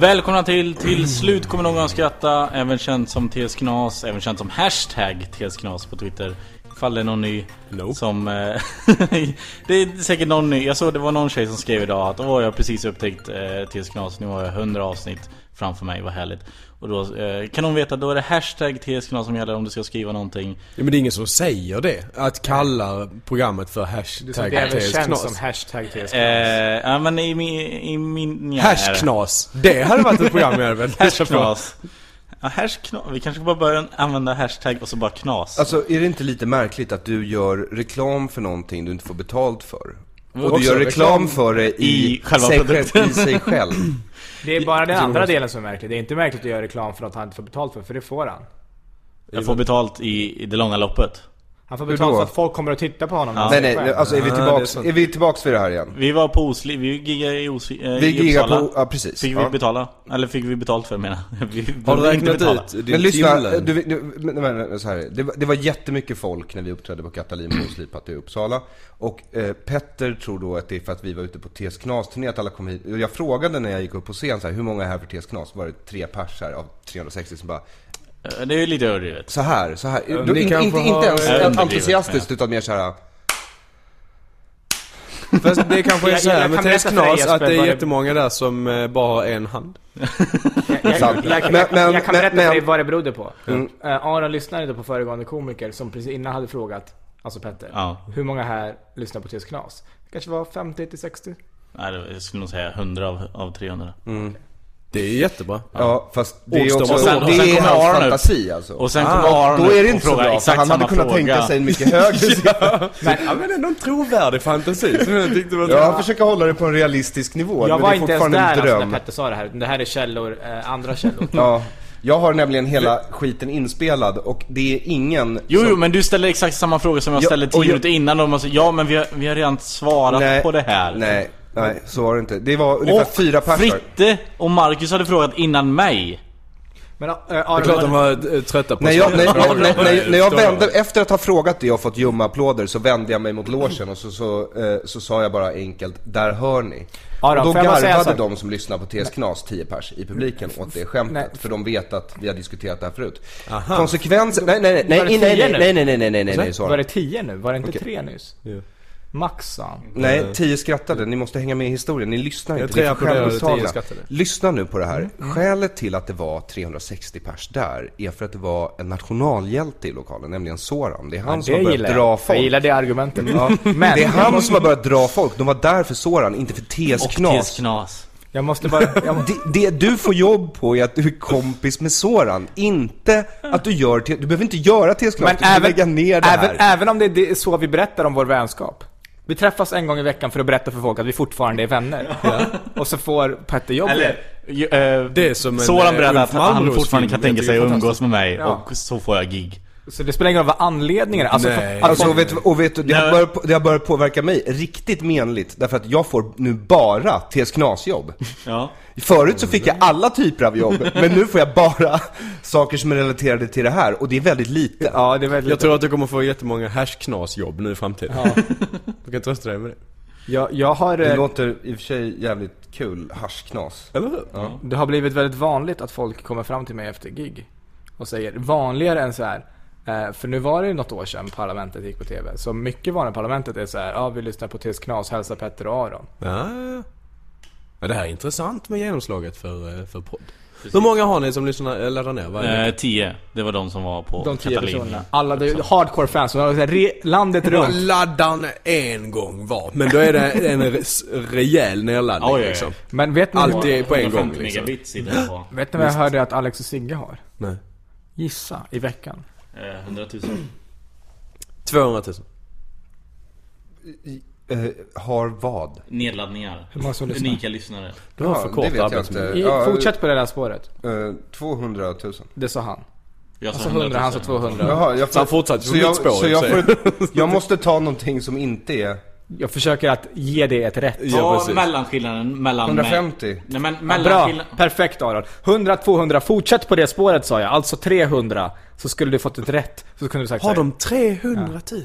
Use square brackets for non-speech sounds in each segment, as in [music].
Välkomna till Till slut kommer någon att skratta, även känd som TS Knas, även känd som hashtag TS Knas på Twitter. Ifall det är någon ny No. som... eh, [laughs] det är säkert någon ny, jag såg det var någon tjej som skrev idag att åh jag har precis upptäckt eh, TS Knas, nu har jag 100 avsnitt framför mig, vad härligt. Och då eh, kan hon veta, då är det hashtag TS Knas som gäller om du ska skriva någonting. Ja, men det är ingen som säger det. Att kalla programmet för hashtag Det är väl TS känt Knas. som hashtag TS Eh, ja men i min... I min ja, Hashknas. Det hade varit ett program jag hade [laughs] velat lyssna på. Hashknas. Ja, hashknas. Vi kanske bara börjar använda hashtag och så bara knas. Alltså är det inte lite märkligt att du gör reklam för någonting du inte får betalt för? Och också du gör reklam reklam för det i, i själva sig, produkten. själv, i sig själv. Det är bara den andra delen som är märklig. Det är inte märkligt att göra reklam för något han inte får betalt för, för det får han. Jag får betalt i, i det långa loppet. Han får Hur betalt då? för att folk kommer att titta på honom. när han Nej ser nej, skärmen. alltså är vi Ja, det är tillbaks, sant. är, vi tillbaks vid det här igen? Vi var på Osli, vi giggade i, Os, eh, Vi i giggar Uppsala. på, ja precis. Fick vi ja. betala? Eller fick vi betalt för menar jag. [laughs] Vi Har du behövde inte räknat betala. ut din Men lyssna, timlön? du, vet- du, men, men, men, så här, är det. det, var, det var jättemycket folk när vi uppträdde på Katalin på Slipat i Uppsala. Och eh, Petter tror då att det är för att vi var ute på TS Knas-turné, att alla kom hit. Och Jag frågade när jag gick upp på scen så här, hur många är här för TS Knas? Var det tre pers här av 360 som bara Eh, Det är ju lite överdrivet. Så här, så här. ni Då, in, kanske inte, har- inte ens Jag överdriver, entusiastiskt utan mer så här. Fast det kanske är Jag- så här jag med kan TS berätta för dig, Knas att det Jesper, är vad det- jättemånga där som eh, bara har en hand. Jag, jag, jag, Men- jag, men- jag kan men- berätta men- Mm. för dig vad det berodde på. Eh, Aron lyssnade då på föregående komiker som precis innan hade frågat, alltså Petter, Ja. hur många här lyssnar på TS Knas? Det kanske var 50 till 60? Nej, det var- jag skulle nog säga 100 av, av 300. Det är jättebra. Ja, fast det är Ordstopp. också, Och sen- och det sen är kommer hans Aron upp. fantasi alltså. Och sen kommer Aron Då är upp det och inte så frågar bra, för exakt han hade samma kunnat fråga. tänka sig [laughs] en mycket högre siffra. Ja men ändå en trovärdig fantasi som jag tyckte var... Ja, jag försöker hålla det på en realistisk nivå, Jag men var det är inte ens fortfarande där en alltså, dröm. när Petter sa det här, utan det här är källor, eh, andra källor. ja, jag har nämligen hela skiten inspelad och det är ingen Jo, som... jo, men du ställer exakt samma fråga som jag Ja, ställde 10 och jag- minuter innan. Och man säger, ja, men vi har, vi har redan svarat på det här. Nej, nej, så var det inte. Det var ungefär fyra personer. Fritte och Marcus hade frågat innan mig. Men eh, Det är klart de Aron, var eh, trötta på När jag, sina när, frågor. när, när, när, när jag Förstår vände, du? efter att ha frågat det och fått ljumma applåder så vände jag mig mot logen och så, så, eh, så sa jag bara enkelt, där hör ni. Ja då, och då får jag bara säga garvade en sak? de som lyssnar på TS Knas, 10 pers i publiken, åt det skämtet. Nej. För de vet att vi har diskuterat det här förut. Konsekvensen, nej nej nej, Var det nej nej tio nej nu? nej nej nej nej nej nej nej var nej det 10 nu? Var det inte 3 nyss? Ja. Max sa han. Nej, 10 skrattade. Ni måste hänga med i historien. Ni lyssnar Eh, Jag inte. Ni är tror jag applåderade, självupptagna. 10 skrattade. Lyssna nu på det Mm. här. Skälet till att det var 360 pers där är för att det var en nationalhjälte i lokalen, nämligen Soran. Det är han som har börjat dra jag. folk. Jag gillar det argumentet. [laughs] Men, Det är han som har börjat dra folk. De var där för Soran, inte för TS Och TS Knas. Knas. jag måste bara... Jag, Det, det du får jobb på är att du är kompis med Soran, inte att du gör T- Du behöver inte göra TS Knas, Men du behöver även, lägga ner det även, här. även om det är det- så vi berättar om vår vänskap. Vi träffas en gång i veckan för att berätta för folk att vi fortfarande är vänner. Och så får Petter jobb. Eller, ju, eh, Det är som en, Soran eh, berättade att Ulf han Malmros fortfarande kan film. tänka Jag tycker sig det att är umgås med mig. Ja. Och så får jag gig. Så det spelar ingen roll vad anledningen är. Alltså, Nej. att Alltså, folk, och vet, och vet, du, det, har Nej. börjat, det har börjat påverka mig riktigt menligt, därför att jag får nu bara TS Knas-jobb. Ja. Förut så fick jag alla typer av jobb, men nu får jag bara [laughs] saker som är relaterade till det här, och det är väldigt lite. ja, det är väldigt... Jag tror att du kommer få jättemånga hashknasjobb nu i framtiden. Du kan trösta dig med det. Jag, jag har... Det eh, låter i och för sig jävligt kul, haschknas. Eller hur? Ja. Det har blivit väldigt vanligt att folk kommer fram till mig efter gig och säger vanligare än så här. eh, För nu var det ju något år sedan Parlamentet gick på TV. Så mycket vanligt i Parlamentet är så här, ja vi lyssnar på TS Knas, hälsa Petter och Aron. Ja. ja, det här är intressant med genomslaget för, eh, för podd. Hur många har ni som lyssnar, eh, laddar ner varje vecka? Eh, tio, det var de som var på De tio Katalin. personerna. Alla det är ju hardcore fans. som har så här, re- landet Jag runt. laddar ner en gång var, men då är det en res- rejäl nedladdning Oj, oj, oj. liksom. Men vet ni, Allt är på en gång 150 liksom. megabit sitter det på. vet ni vad jag hörde att Alex och Sigge har? Nej. Gissa, i veckan. Eh, 100 000. 200 000. Eh, har vad? Nedladdningar. Hur många som lyssnar? Unika lyssnare. Du har Ja, för det kort vet jag arbetsmiljö. inte. I, Ja, fortsätt på det där spåret. Eh, 200 000. Det sa Alltså, han. Jag Han sa 100, Alltså han sa 200. Jaha, jag Så han fortsatte på så jag, mitt spår så i jag, och för sig. får, [laughs] jag måste ta någonting som inte är... Jag försöker att ge det ett rätt. Ja, Ja, precis. mellanskillnaden mellan... 150. Nej men Bra, mellanskillnaden... perfekt Aron. 100, 200, fortsätt på det spåret sa jag. Alltså 300. Så skulle du fått ett rätt. Så kunde du sagt Har så här, de 300 000?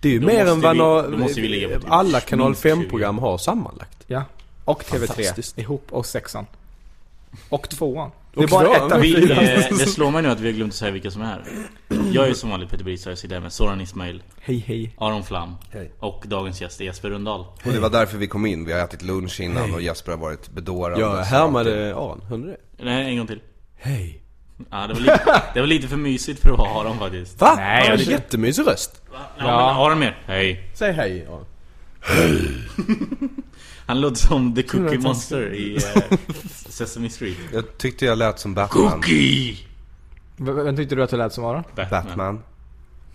Det är ju Då mer måste än vad vi- nå- då måste vi ligga på typ alla kanal minst 20. 5-program har sammanlagt. Ja. Och TV3 Fantastiskt. ihop och sexan. Och tvåan. Och tvåan. av Vi- fyra. Vi, eh, det slår mig nu att vi har glömt att säga vilka som är här. Jag är ju som vanligt Peter Brisa, jag sitter här med Soran Ismail, Hej hej. Aron Flam Hej. och dagens gäst är Jesper Rundahl. Och det var därför vi kom in. Vi har ätit lunch innan och Jesper har varit bedårad. Jag härmade Aron, hörde du det? Nej, en gång till. Hej. Ja, det, var lite, det var lite för mysigt för att vara Aron faktiskt. Va? Nej, Nej, han jag har tror- jättemysig röst. Ja, men Aron mer. Hej. Säg hej Aron. Han låter som The Cookie Monster i eh, Sesame Street. Jag tyckte jag lät som Batman. Cookie! V- Vem tyckte du att du lät som Aron? Batman. Batman?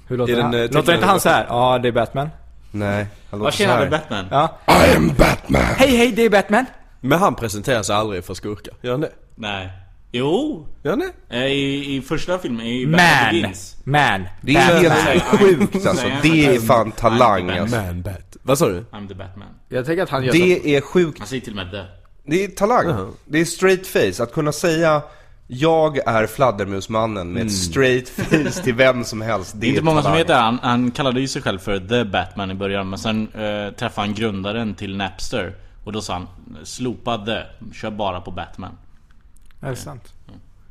Hur låter Är den, han? eh, låter tecknade inte han så här? Ja, det är Batman. Nej, han låter Vad så tjena du här. Batman? Ja. I am Batman! Hej hej, det är Batman. Men han presenterar sig aldrig för skurkar. Gör han det? Nej. Jo! Gör han det? Eh, I, I första filmen, i Batman Man. Begins. Man. Det är Batman. helt sjukt alltså. Nej, Det är jag- fan talang Nej, alltså. Man bat. Vad sa du? I'm the Batman. Jag tänker att han gör så. Det är sjukt. Han säger till och med det. Det är Uh-huh. talang. Det är straight face. Att kunna säga jag är fladdermusmannen med ett straight face till vem som helst. Det Mm. Det är inte är många som talang. vet det. Han, han kallade ju sig själv för The Batman i början men sen eh, träffade han grundaren till Napster och då sa han Slopa The, kör bara på Batman. Är det sant?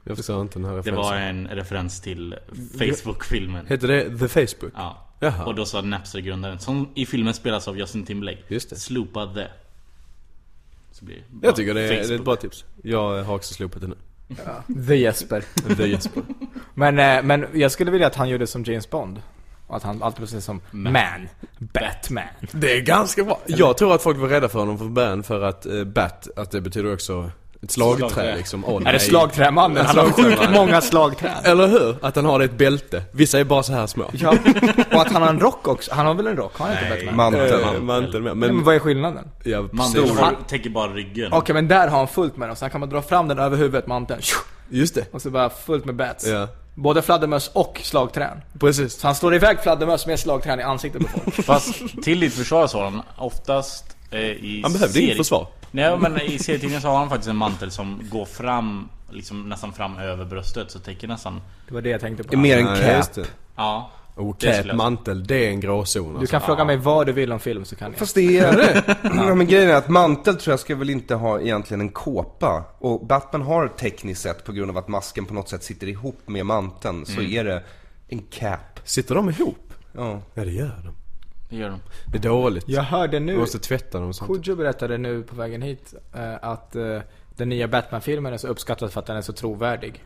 Jag förstår inte den här Det referensen. var en referens till Facebook-filmen. Heter det The Facebook? Ja. Jaha. Och då sa Napster-grundaren, som i filmen spelas av Justin Timberlake, Just det. Slopa The. Så blir det bara Jag tycker det är, det är ett Facebook. bra tips. Jag har också slopat det nu. The Jesper. [laughs] The Jesper. Men, eh, men jag skulle vilja att han gjorde som James Bond. Och att han alltid precis som man. Batman. Det är ganska bra. Jag tror att folk var rädda för honom från början för att eh, bat, att det betyder också ett slagträ, Slagträ. liksom. Åh, Är nej. det slagträmannen? Han har sjukt många slagträn. Eller hur? Att han har det i ett bälte. Vissa är bara så här små. Ja. Och att han har en rock också. Han har väl en rock? Har han inte Batman? Nej, [laughs] Mantel. Eh, Manteln med. Men Men, vad är skillnaden? ja Mandeln precis. har- täcker bara ryggen. Okej men där har han fullt med dem, sen kan man dra fram den över huvudet, manteln. tjo! Just det. Och så bara fullt med bats. Ja. Både fladdermöss och slagträn. Precis. Så han slår iväg fladdermöss med slagträn i ansiktet på folk. Fast till ditt försvar sa han oftast eh, i Han behövde serie- inget försvar. Nej men i serietidningen så har han faktiskt en mantel som går fram Liksom nästan fram över bröstet så täcker nästan Det var det jag tänkte på. Det är mer en Ja, cap. just det. Ja Och Det skulle cap, jag- mantel, det är en gråzon Du alltså. kan fråga mig vad du vill om film så kan jag. Fast det är... ja, men grejen är att mantel tror jag ska väl inte ha egentligen en kåpa. Och Batman har tekniskt sett, på grund av att masken på något sätt sitter ihop med manteln, så är det en cap. alltså. Sitter de ihop? Ja. Ja det gör de. det gör de Det är dåligt. Jag hörde Du nu, måste tvätta dem samtidigt. Kodjo berättade nu på vägen hit eh, att eh, den nya Batman-filmen är så uppskattad för att den är så trovärdig.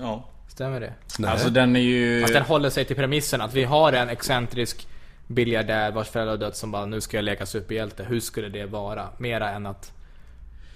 Ja Stämmer det? Alltså den är Eh. ju Att den håller sig till premissen att vi har en excentrisk biljardär vars föräldrar har dött som bara nu ska jag leka superhjälte. Hur skulle det vara? Mera än att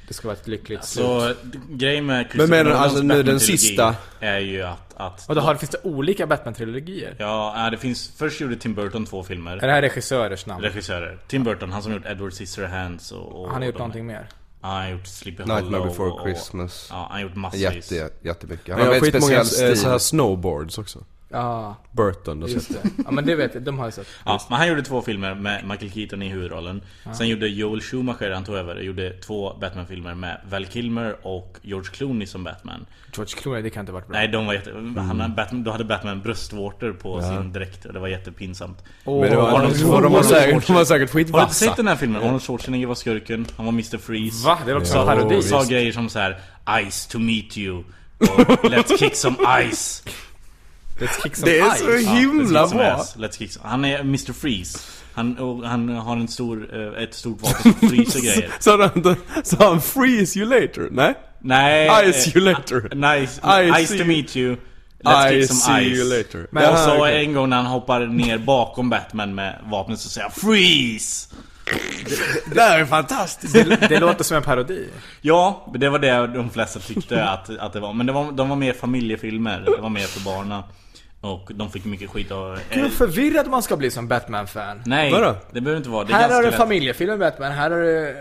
det ska vara ett lyckligt Alltså- slut. Så d- grejen med Men menar du Christopher alltså Nolans nu den Batman-trilogi sista? Är ju att, att Och då har, finns det olika Batman-trilogier? Ja, äh, det finns Först gjorde Tim Burton två filmer Är det här regissörers namn? Regissörer Tim Burton, han som gjort Edward Scissorhands och, och Han har gjort de- någonting mer. Ja, han har gjort Sleepy Hollow Nightmare before och, Christmas. Ja, han har gjort massvis Jätte, jättemycket. Han Men jag har har väldigt skitmånga speciell eh, stil. så här snowboards också. Ja, Burton och så. just det. Ja men det vet jag, de har jag sett. Ja, men han gjorde två filmer med Michael Keaton i huvudrollen. Sen gjorde Joel Schumacher, han tog över, gjorde två Batman-filmer med Val Kilmer och George Clooney som Batman. George Clooney, det kan inte ha varit bra. Nej, de var jätte... Mm. Han hade Batman, då hade Batman bröstvårtor på sin dräkt och det var jättepinsamt. Åh, Men det var, Arnold de, var, de, var säkert, de var säkert Har du inte skitvassa. sett den här filmen? Arnold Schwarzenegger var skurken, han var Mr Freeze. Va? Det är också en parodi. Och sa grejer som så här: Ice to meet you. Och Let's kick some ice. Let's kick some Det är ice. så Ja, let's [laughs] himla kick some bra! ass, Let's kick some... Han är Mr Freeze. Han, och han har en stor, eh, ett stort vapen som [laughs] fryser grejer. Sa han inte, sa han 'freeze you later'? Nej? Nej. I see you later. eh, Nice, I nice see to you- meet you. Let's I kick some see ice. you later. Men och så Ja, okej. en gång när han hoppar ner bakom Batman med vapnet så säger han 'Freeze' Det där är fantastiskt! Det, det låter som en parodi. Ja, det var det de flesta [laughs] tyckte att, att det var. Men det var, de var mer familjefilmer, det var mer för barna. Och de fick mycket skit av... Gud eh, vad förvirrad man ska bli som Batman-fan. nej, Vadå? det behöver inte vara. Det är Här ganska har du lätt. familjefilmen Batman, här har du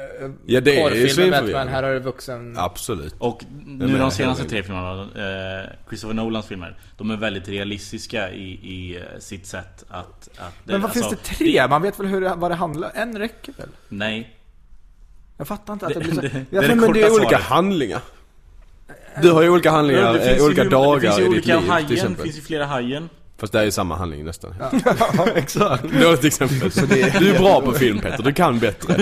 Ja, det är ju porrfilmen Batman, svinförvirrande. här har du vuxen... Absolut. Och nu menar, de senaste herregud. tre filmerna, eh, Christopher Nolans filmer, de är väldigt realistiska i, i eh, sitt sätt att... att Men vad alltså, finns det tre? Man vet väl hur det, vad det handlar En räcker väl? Nej. Jag fattar inte att det, Det- blir så... det- Jag det är tror- det Men det är korta olika svaret. handlingar. Du har ju olika handlingar, Det finns eh, ju- olika Det finns dagar ju i ditt olika liv till Hajen, det exempel. finns ju flera Hajen. Fast det är ju samma handling nästan. [laughs] [laughs] Exakt. Dåligt exempel. Du är bra på film Peter, du kan bättre.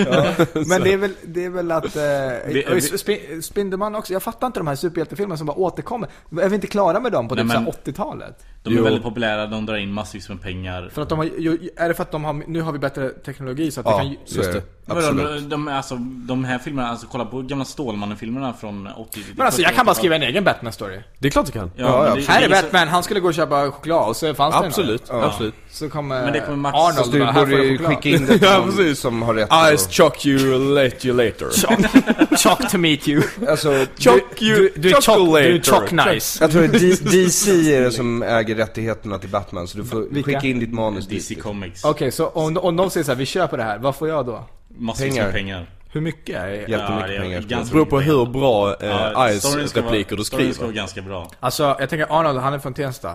Men det är väl, det är väl att... Eh, Vi- och sp- spin- Spindelman också. Jag fattar inte de här superhjältefilmerna som bara återkommer. Är vi inte klara med dem på Nej, typ så här men- 80-talet? De är Jo. väldigt populära, de drar in massvis med pengar. För att de har, ju- är det för att de har, nu har vi bättre teknologi så att vi Ja, kan... så är det. Vadå, Absolut. de, de, alltså, de här filmerna, alltså kolla på gamla Stålmannen-filmerna från 80 Men alltså jag kan bara skriva en egen Batman-story. Det är klart du kan. Ja, men ja. Här det är liksom så- Batman, han skulle gå och köpa choklad och så fanns det Absolut, en absolut. Så kommer, Men det kommer Max- Arnold Fast du bara, här får borde du ju choklad. skicka in det till Ja, någon precis. som har rätt Ice chock you, late you later. [laughs] Chock to meet [laughs] you. Alltså, Chock you, Du är chock, chocolate. du är chock nice. jag tror att D- DC är det som äger rättigheterna till Batman, så du får Vilka? skicka in ditt manus DC dit. Comics. Okej, så om, om de säger så här, vi köper det här, vad får jag då? Massvis pengar. med pengar. Hur mycket? Är Jättemycket det är pengar. ganska Det beror på mycket hur bra pengar. eh, storyn ska vara- Ice-repliker Storyn du ska vara skriver. ganska bra. Alltså, jag tänker Arnold, han är från Tensta.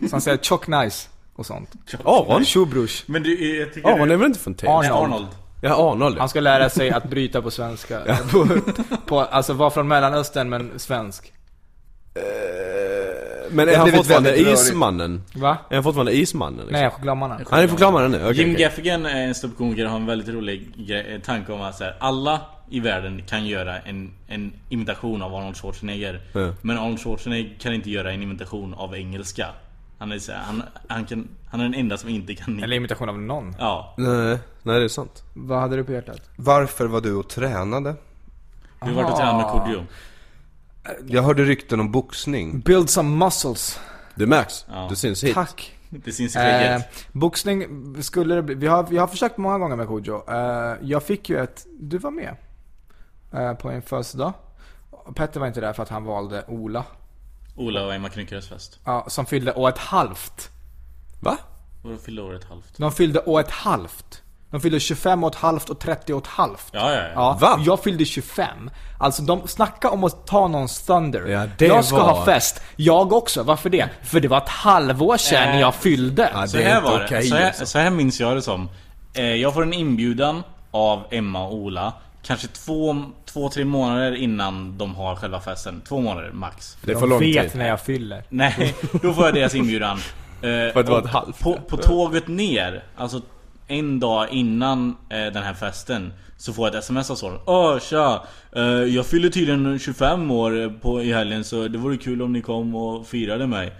Så han säger chock nice och sånt. Aron? Tjobrors. Men du, eh, jag tycker... Aron är väl inte från Tensta? Arnold. Arnold. Ja, Arnold. [laughs] Han ska lära sig att bryta på svenska. på, på, alltså vara från Mellanöstern men svensk. Men Det är har han blivit fortfarande väldigt rörigt. ismannen? Va? Är han fortfarande ismannen? Liksom? Nej, chokladmannen. Han är chokladmannen nu? Okej, Jim okej. Gaffigan, eh, en ståuppkomiker, har en väldigt rolig gre- eh, tanke om att så här, alla i världen kan göra en, en imitation av Arnold Schwarzenegger. Ja. Men Arnold Schwarzenegger kan inte göra en imitation av engelska. Han är, så här, han, han, kan, han är den enda som inte kan... Eller imitation av någon. Ja. Nej, nej, det är sant. Vad hade du på hjärtat? Varför var du och tränade? Du har varit och tränat med Kodjo. Jag hörde rykten om boxning. Build some muscles. Det märks. Ja. Det syns hit. Tack. Det syns i Eh, skägget. boxning skulle det bli. Vi har, vi har försökt många gånger med Kodjo. Eh, jag fick ju ett... Du var med. Eh, på en födelsedag. Petter var inte där för att han valde Ola. Eh. Ola och Emma Knyckares fest. Ja, som fyllde år ett halvt. Va? Vadå fyllde år ett halvt? De fyllde år ett halvt. De fyllde 25 och ett halvt och 30 och ett halvt. Ja, ja, ja. Ja, Va? Jag fyllde 25. Alltså de snacka om att ta någons thunder. Ja, det jag ska var- ha fest. Jag också. Varför det? För det var ett halvår sedan Äh. jag fyllde. Ja, Så det är här inte var det. okej Så här, alltså. så här minns jag det som. Eh, Jag får en inbjudan av Emma och Ola. Kanske två, två, tre månader innan de har själva festen. Två månader max. Det är för de lång vet tid. när jag fyller. Nej, då får jag deras inbjudan. Eh, För att det var och ett halvt. På, på tåget ner, alltså en dag innan eh, den här festen så får jag ett sms av sonen. Åh tja! Eh, jag fyller tydligen 25 år på, i helgen så det vore kul om ni kom och firade mig.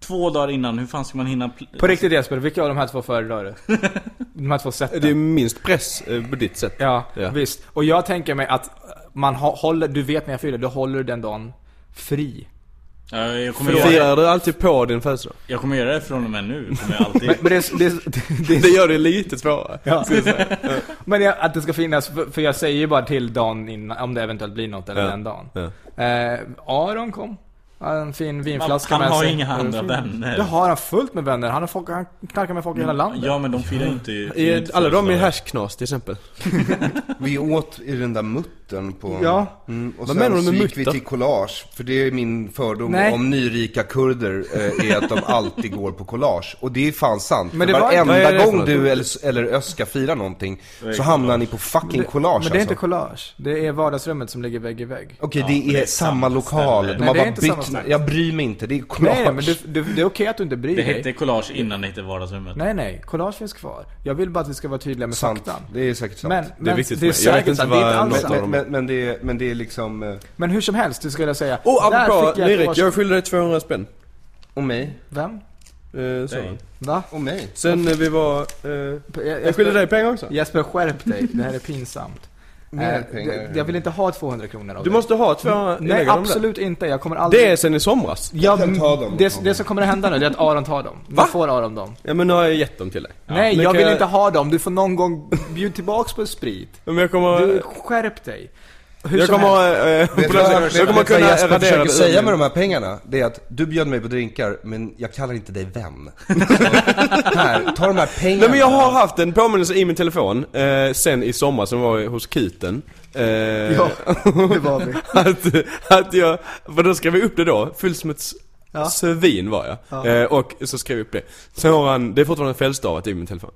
Två dagar innan, hur fan ska man hinna... pl- På riktigt Jesper, vilka av de här två föredrar [laughs] du? De här två sätten? Det är minst press eh, på ditt sätt. Ja, Ja. visst. Och jag tänker mig att man ha- håller, du vet när jag fyller, då håller du den dagen fri. Ja, Alltså, jag, kommer göra, Firar du alltid på din födelsedag? jag kommer göra det från och med nu. Kommer jag alltid. [laughs] Men, det, är- det, är- [laughs] det, är- Det gör det lite svårare. ska jag säga. [laughs] men jag, att det ska finnas, för, för jag säger ju bara till dagen innan, om det eventuellt blir något eller Ja. den dagen. Ja. Eh, Aron kom. Han hade en fin vinflaska han med har sig. inga andra Fin- vänner. Mm, Det har han fullt med vänner. Han, har folk, han knarkar med folk i hela landet. Ja men de firar inte... I, inte alla de i födelsedagar. hashknas till exempel. Vi åt i den där muttern muttern på... Ja. Mm, och Vad sen menar du med så gick vi mutter? till collage, för det är min fördom Nej. om nyrika kurder, eh, är att de alltid går på collage. Och det är fan sant. Men Men det det var- Vad är Varenda det för gång något? du eller, eller Ös ska fira någonting, så hamnar ni på fucking Det- collage Men det är alltså. inte collage. Det är vardagsrummet som ligger vägg i vägg. Okej, Ja, men det är, det är samma, samma lokal. ställe. De Nej, har det är bara inte samma bytt... ställe. Jag bryr mig inte, det är collage. Nej, nej, men du, du, det är okej att du inte bryr Det dig. hette collage innan det hette vardagsrummet. Nej, nej. Collage finns kvar. Jag vill bara att vi ska vara tydliga med Sant. faktan. Det är säkert sant. Men, alltså- Det är men viktigt för mig. Jag vet inte sant. Det är vad inte alls något sant. av men, men, men, det är, men det är liksom... eh, Men hur som helst, du skulle säga. Åh, där apropå fick jag ett Erik, års- jag skyller dig 200 spänn. Och mig. Vem? Eh, sa Nej. han. Va? Och mig. Sen eh, vi var... Eh, jag skyller dig pengar också. Jesper, skärp dig. Det här är pinsamt. Mer Eh, pengar. d- jag vill inte ha 200 kronor av Du dig. måste ha 200... jag Nej, lägger dem där. absolut inte. Jag kommer aldrig... Det är sen i somras. Ja, Jag kan ta dem. det, det som kommer att hända nu det är att Aron tar dem. Då Va? får Aron dem. Ja men nu har jag gett dem till dig. Nej, Men jag kan vill inte ha dem. Du får någon gång bjud tillbaks på sprit. Men jag kommer... Du, skärp dig. Hur jag som kommer... helst. eh, på Vet du något vad sätt- jag- Jag kommer vet du vad kunna Jesper radera försöker det ur säga min- med de här pengarna, det är att du bjöd mig på drinkar, men jag kallar inte dig [laughs] vän. Så, här, ta de här pengarna. Nej men jag har haft en påminnelse i min telefon, eh, sen i sommar som var jag hos Kuten. Eh, Ja, [laughs] det var vi. [laughs] att, att jag, för då skrev jag upp det då, fylld som ett s- Ja. svin var jag. Ja. Eh, och så skrev jag upp det. Sen har han, det är fortfarande felstavat i min telefon.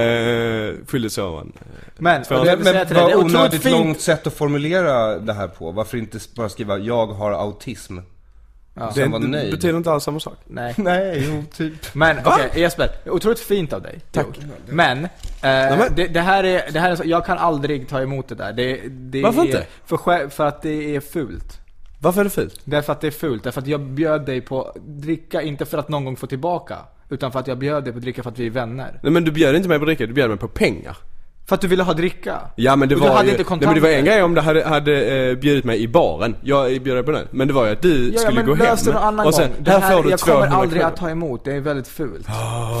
Eh, fyllde så har han. Men, och Men- det jag vill säga till dig, det vad är otroligt onödigt fint. långt sätt att formulera det här på. Varför inte bara skriva 'Jag har autism' [laughs] och Det sen vara nöjd? betyder inte alls samma sak. Nej. Nej, jo typ. Men okej, Jesper. Otroligt fint av dig. Tack. Men, eh, Det, det här är, det här är så, jag kan aldrig ta emot det där. Det, det Varför är, inte? För, skä- för att det är fult. Varför är det fult? Därför att det är fult. Därför att jag bjöd dig på dricka, inte för att någon gång få tillbaka. Utan för att jag bjöd dig på dricka för att vi är vänner. Nej men du bjöd inte mig på dricka, du bjöd mig på pengar. För att du ville ha dricka. Ja men det Och var du hade ju, inte nej, men det kontanter. var en grej om du hade, hade eh, bjudit mig i baren. Jag bjöd dig på den. Men det var ju att du Ja, ja, skulle men gå hem. lös det någon annan och sen, gång. Det här, får du jag kommer 200 aldrig kronor. Ah. att ta emot. Det är väldigt fult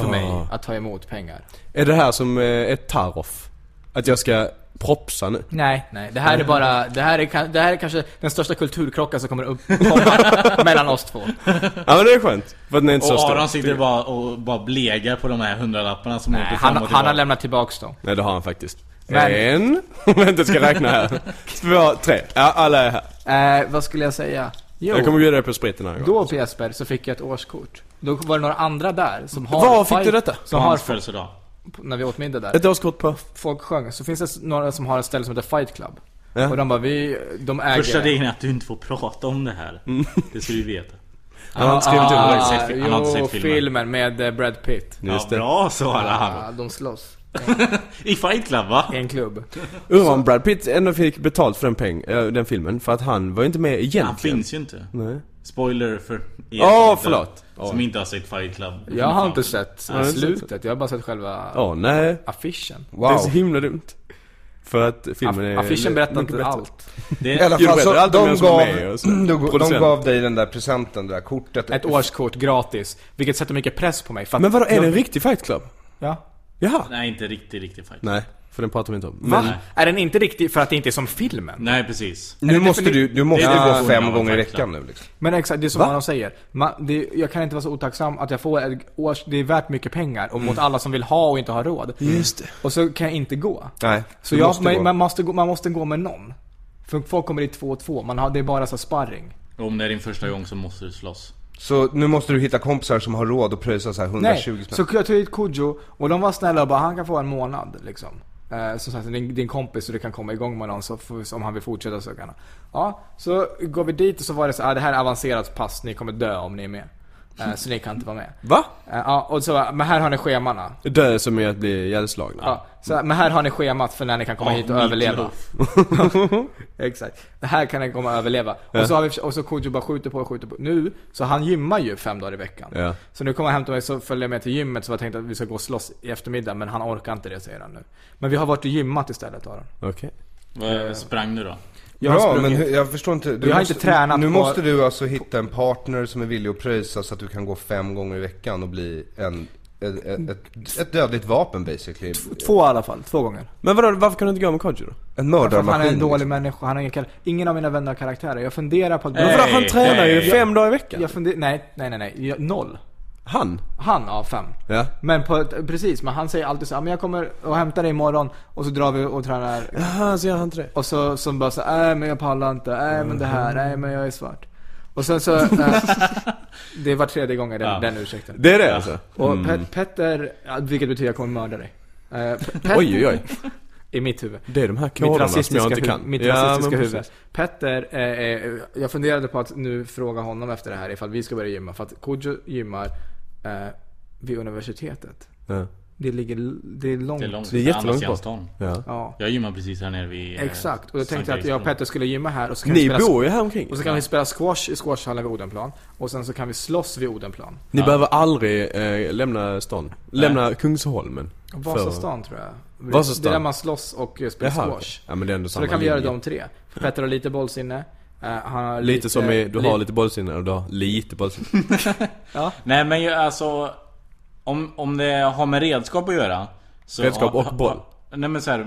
för mig att ta emot pengar. Är det här som eh, ett taroff? Att jag ska propsa nu? Nej, nej. Det här är bara, det här är, ka- det här är kanske den största kulturkrocken som kommer upp komma [laughs] mellan oss två. Ja men det är skönt. För att den är inte så Och stor. Aron sitter bara och bara blegar på de här hundralapparna som Nej, åker fram han, och han har tillbaka. lämnat tillbaks dem. Nej det har han faktiskt. Men- En. [laughs] Vänta jag ska räkna här. Två, tre. Ja alla är här. Eh, vad skulle jag säga? Jo, Jag kommer bjuda dig på sprit den här gången. då på Jesper så fick jag ett årskort. Då var det några andra där som har... Var fick du fight- detta? På Som har, hans födelsedag. när vi åt middag där. Ett årskort på? folk sjöng, så finns det s- några som har ett ställe som heter Fight Club. Ja. Och de bara, vi, de äger... Första regeln är att du inte får prata om det här. Mm. [laughs] Det ska du veta. Han har inte skrivit under inte det. sett fi- han har inte Ah, jo, sett filmen. filmen med eh, Brad Pitt. Ja, [laughs] Just det. bra svarar han. Ah, de slåss. I Fight Club va? I en klubb. Undrar om Brad Pitt ändå fick betalt för den peng, eh, den filmen. För att han var ju inte med egentligen. Han finns ju inte. Nej. Spoiler för er Åh, som inte- förlåt. Som inte har sett Fight Club. Jag har inte sett Nej, inte slutet, jag har bara sett själva Åh nej. affischen. Det Wow. är så himla dumt. För att filmen är Aff- affischen berättar mycket inte bättre. allt. Det, I alla Jo, fall det är så, alltid de vem som är gav, med och så. [clears throat] de, de Producent. gav dig den där presenten, det där kortet. Ett årskort gratis, vilket sätter mycket press på mig. För att Men vadå, är jag- det en riktig fight club? Ja. Jaha. nej inte riktigt, riktigt Fight Club. Nej, för den pratar vi inte om. Va? Men, Är den inte riktig för att det inte är som filmen? Nej precis. Nu måste du, du måste det är gå definitionen fem av gånger i Fight Club. veckan nu liksom. Men exakt, det är som vad de säger. Man, det, jag kan inte vara så otacksam att jag får ett års... Det är värt mycket pengar och mot alla som vill ha och inte har råd. Just det. Och så kan jag inte gå. Nej, Så du jag, måste gå. man, man, måste gå, man måste gå med någon. För folk kommer dit två och två, man har, det är bara så här sparring. Om det är din första gång så måste du slåss. Så nu måste du hitta kompisar som har råd att pröjsa så här 120 Nej, spänn. så jag tog hit Kodjo och de var snälla och bara han kan få en månad liksom. Eh, som sagt, din, din kompis så du kan komma igång med någon så får, vi se om han vill fortsätta så kan han. Ja, så går vi dit och så var det så ah, det här är avancerat pass, ni kommer dö om ni är med. Eh, så ni kan inte vara med. Va? Eh, Ja, och så bara, men här har ni schemana. Dö som är att bli ihjälslagen. Ja, så, här, men här har ni schemat för när ni kan komma Ja, hit och meat överleva. loaf. [laughs] Exakt. Det här kan ni komma och överleva. Och så, har vi, och så Kodjo bara skjuter på och skjuter på. Nu, så han gymmar ju fem dagar i veckan. Ja. Så nu kommer han hämta mig, så följer jag med till gymmet. Så jag tänkte att vi ska gå och slåss i eftermiddag. Men han orkar inte det säger han nu. Men vi har varit och gymmat istället Aron. Okej. Vad sprang du då? Jag Bra, har men sprungit. hur- jag förstår inte. Du Jag har inte tränat Nu på- måste du alltså hitta en partner som är villig att pröjsa så att du kan gå fem gånger i veckan och bli en, ett, ett, ett dödligt vapen basically. Två i alla fall, två gånger. Men vadå, varför kan du inte gå med Kodjo då? En För att mördarmaskin. han är en dålig liksom. människa, han har ingen, kar- ingen av mina vänner har karaktärer. Jag funderar på att... Nej. Vadå, han tränar ju nej. fem dagar i veckan. Jag funderar, nej, nej, nej, nej. Jag, noll. Han? Han, ja fem. Ja. Men på, ett- precis, men han säger alltid så här, men jag kommer och hämtar dig imorgon och så drar vi och tränar. Jaha, så gör han inte det? Och så, så bara så nej men jag pallar inte, nej men det här, nej men jag är svart. Och [laughs] sen så, eh, det var tredje gången den, Ja. den ursäkten. Det är det alltså? Och Pet, Petter, ja, vilket betyder jag kommer mörda dig. Eh, Pe- [laughs] Petter, Oj oj oj. I mitt huvud. Det är de här Mitt koderna som rasistiska, jag inte huvud, kan. mitt Ja, rasistiska men huvud. precis. Petter, eh, eh, jag funderade på att nu fråga honom efter det här ifall vi ska börja gymma. För att Kodjo gymmar eh, vid universitetet. Ja. Det ligger l- det är långt. Det är långt. Det är jättelångt Andra sidan bort. stan. Ja. Ja, Jag gymmar precis här nere vid... eh, exakt. Och jag tänkte Sankt att jag och Eriksbron. Petter skulle gymma här och så kan vi Ni spela bor ju här omkring. och så kan vi spela squash i squashhallen vid Odenplan. Och sen så kan vi slåss vid Odenplan. Ni Ja. behöver aldrig eh, lämna stan. Lämna Kungsholmen. Och För- Vasastan tror jag. Det Vasastan. är där man slåss och eh, spelar Jaha, squash. okej. Ja men det är ändå Så samma då kan vi göra linje. de tre. Petter har lite bollsinne. eh, han har Lite, som i, du har lite bollsinne och du har lite bollsinne. Nej men ju, alltså... Om, om det har med redskap att göra. Så Redskap och boll. Nej men så här,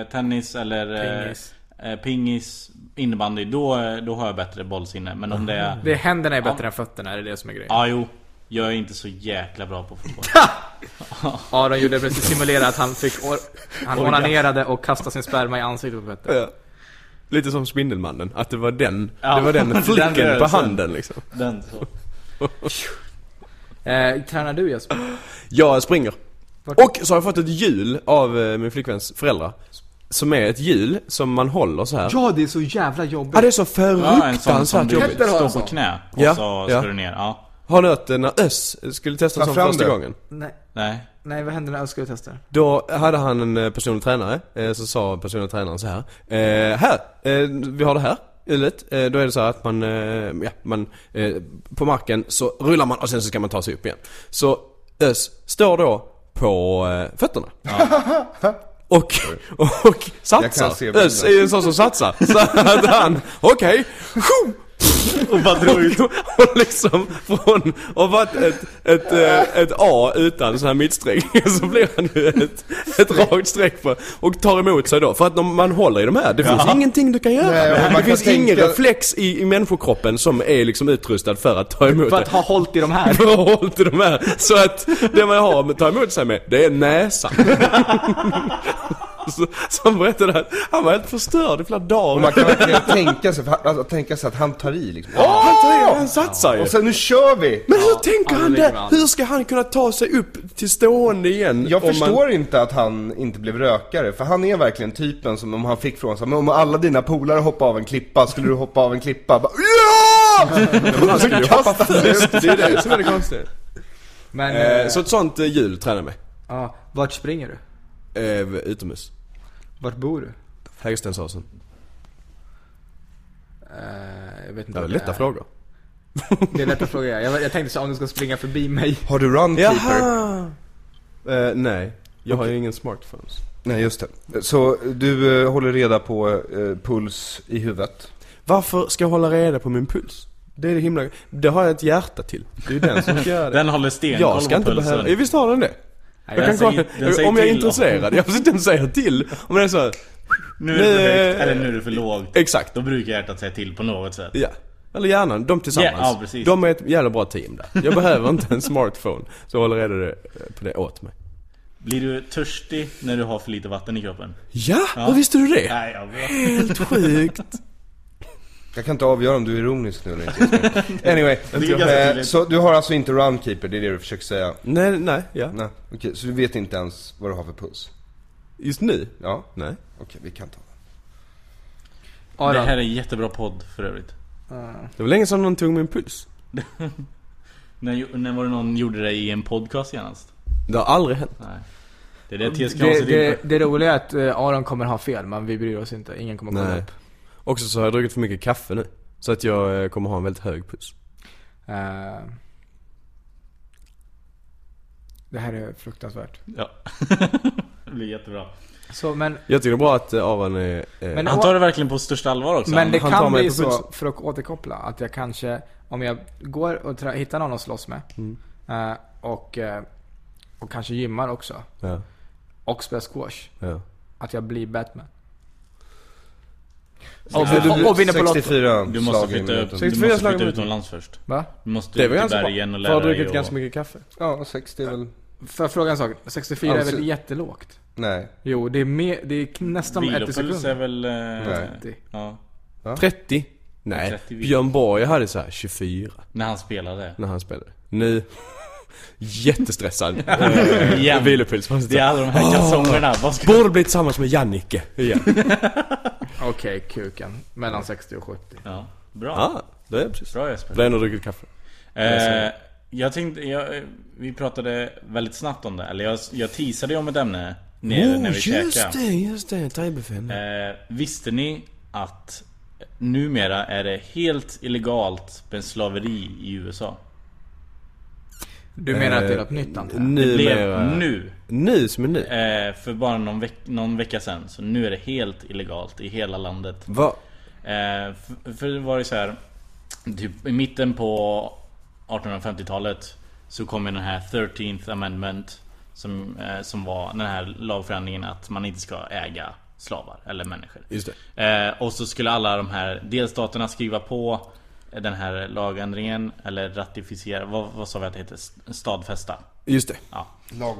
eh, tennis eller... eh, Pingis. Eh, pingis, innebandy. Då, eh, då har jag bättre bollsinne. Men om det är... Det är händerna är bättre än fötterna, det är det som är grejen. Ja jo. Jag är inte så jäkla bra på [laughs] fotboll. Aron gjorde precis simulera att han fick or- [laughs] Han onanerade och kastade sin sperma i ansiktet på Petter. Ja. Lite som Spindelmannen, att det var den, Ja. det var [laughs] den Den flicken på rörelsen. handen liksom. Den så. Eh, tränar du Jesper? Jag springer. Vart- Och så har jag fått ett hjul av eh, min flickväns föräldrar. Som är ett hjul som man håller så här. Ja, det är så jävla Ja jobbigt. det är så Ja, en sån som förruktansvärt du jobbigt. Petter har en står sån. på knä och Ja, så ja. ska du ner. Ja. Har du hört eh, när Öss skulle testa Ta en sån fram första det. gången? Nej, Nej. nej, vad händer när jag ska testa? Då hade han en eh, personlig tränare, eh, så sa personlig tränaren så här. Eh, här, eh, vi har det här hjulet. Eh, då är det så här att man, eh, ja, man eh, på marken så rullar man och sen så ska man ta sig upp igen. Så Ös står då på eh, fötterna. [laughs] Och, och Jag kan se satsar. bilden. Ös är ju en sån som satsar. Så att han, okej, tjo! och bara drog ut. Och liksom från, och varit ett, ett, eh, ett A utan sån här mittsträck. [laughs] Så blir han ju ett, ett rakt streck på, och tar emot sig då. För att när man håller i de här, det finns ingenting du kan göra. Nej, och man det kan finns tänka- ingen reflex i, i människokroppen som är liksom utrustad för att ta emot För att det. ha hållt i de [laughs] här. För att ha hållt i de här. Så att det man har att ta emot sig med, det är näsan. [laughs] Så, så han berättade att han var helt förstörd i flera Och dagar. man kan verkligen tänka sig, för han- alltså, tänka sig att han tar i liksom. han, tar i- han satsar ju. Och sen nu kör vi! Men hur tänker han han ligger det? med handen. Hur ska han kunna ta sig upp till stående igen? Jag om förstår inte att han inte blev rökare, för han är verkligen typen som om han fick från sig, men om alla dina polare hoppade av en klippa, skulle du hoppa av en klippa? Bara, [laughs] Man, han skulle ju hoppa Kasta först. Det är det som är det konstiga. [laughs] Men, Eh, eh, så ett sånt eh, hjul tränar jag med. ja, vart springer du? Eh, utomhus. Vart bor du? Hägerstensåsen. Eh, jag vet Det inte. var vad lätta är. frågor. [laughs] Det är lätta frågor, ja. jag, jag tänkte så om du ska springa förbi mig. Har du runkeeper? Eh, nej. Jag har ju ingen smartphone. Nej, just det. Så du eh, håller reda på eh, puls i huvudet? Varför ska jag hålla reda på min puls? Det är det himla... Det har jag ett hjärta till. Det är ju den som ska göra det. Den håller stenkoll Jag ska på inte pulsen. behöva... Eh, Visst har den det? Jag Nej, jag, kan säger- kolla- den säger om jag är till. intresserad. Jag precis, den säger till. Om det är så här, Nu är det för Nej. högt, eller nu är det för lågt. Exakt. Då brukar hjärtat säga till på något sätt. Ja. Eller hjärnan, de tillsammans. Ja, ja, precis. de är ett jävla bra team där. Jag behöver inte en smartphone. Så håller reda det- på det åt mig. Blir du törstig när du har för lite vatten i kroppen? Ja, hur visste du det? Nej, jag vet. Helt sjukt. Jag kan inte avgöra om du är ironisk nu eller inte. [laughs] anyway, ganska eh, tydligt. så du har alltså inte runkeeper, det är det du försöker säga? Nej, nej, ja. Nej, okej, så du vet inte ens vad du har för puls? Just nu? Ja, Nej. okej, vi kan ta det. Det Aron, här är en jättebra podd för övrigt. Det var länge sedan någon tog min puls. När, ju- när var det någon gjorde det i en podcast senast? Det har aldrig hänt. Nej. Det är det TS kan det, det, det, det roliga är att eh, Aron kommer ha fel, men vi bryr oss inte. Ingen kommer kolla Nej. upp. Också så har jag druckit för mycket kaffe nu. Så att jag eh, kommer ha en väldigt hög puls. Eh, det här är fruktansvärt. Ja. det blir jättebra. Så, men Jag tycker det är bra att eh, Aron är... Eh, Men- Han tar det verkligen på största allvar också. Men det han tar kan mig bli på så, pulsen. för att återkoppla, att jag kanske, om jag går och tra- hittar någon att slåss med eh, och, eh, och kanske gymmar också ja, och spelar squash, ja. att jag blir Batman. Och, Du- du- och, och vinner på Lotto. 64 Du måste slag i flytta, minuten. upp, du måste 64 slag i flytta minuten. utomlands först. Va? Du måste Det ut var i ganska bra. bergen och Jag har lära dig druckit och... ganska mycket kaffe. Ja, 60 är väl... Får jag fråga en sak? 64 är Alltså- väl jättelågt? Nej. Jo, det är, mer, det är nästan ett i Vilopuls är sekunden. väl... eh, Nej. Ja. 30? Nej. 30 vill. Björn Borg hade så här 24 När han spelade. när han spelade. Nu... [laughs] Jättestressad. Eh, Igen. Vilopuls. man Det är sitter- alla de här kalsongerna. Vad ska... Borde bli tillsammans med Jannike igen. Okej, kuken. Mellan 60 och 70. Ja. Bra. Ja, det är precis. Bra Jesper. Det är ändå druckit kaffe. Eh, jag tänkte, jag, eh, vi pratade väldigt snabbt om det, eller jag, jag teasade ju om ett ämne nere när vi käkade. just det. Thaibuffén. Eh, visste ni att numera är det helt illegalt med slaveri i USA? Du menar att det är något nytt antar jag? Det Numera... blev nu, Nu som är nu. eh, för bara någon, veck, någon vecka sedan, så nu är det helt illegalt i hela landet. Vad? Eh, för, för det var ju så här. Typ i mitten på 1850-talet så kom ju den här 13th amendment som, eh, som var den här lagförändringen att man inte ska äga slavar eller människor. Just det. Eh, och så skulle alla de här delstaterna skriva på den här lagändringen eller ratificera, vad, vad sa vi att det heter? St- Stadfästa. Just det. Ja, Lag...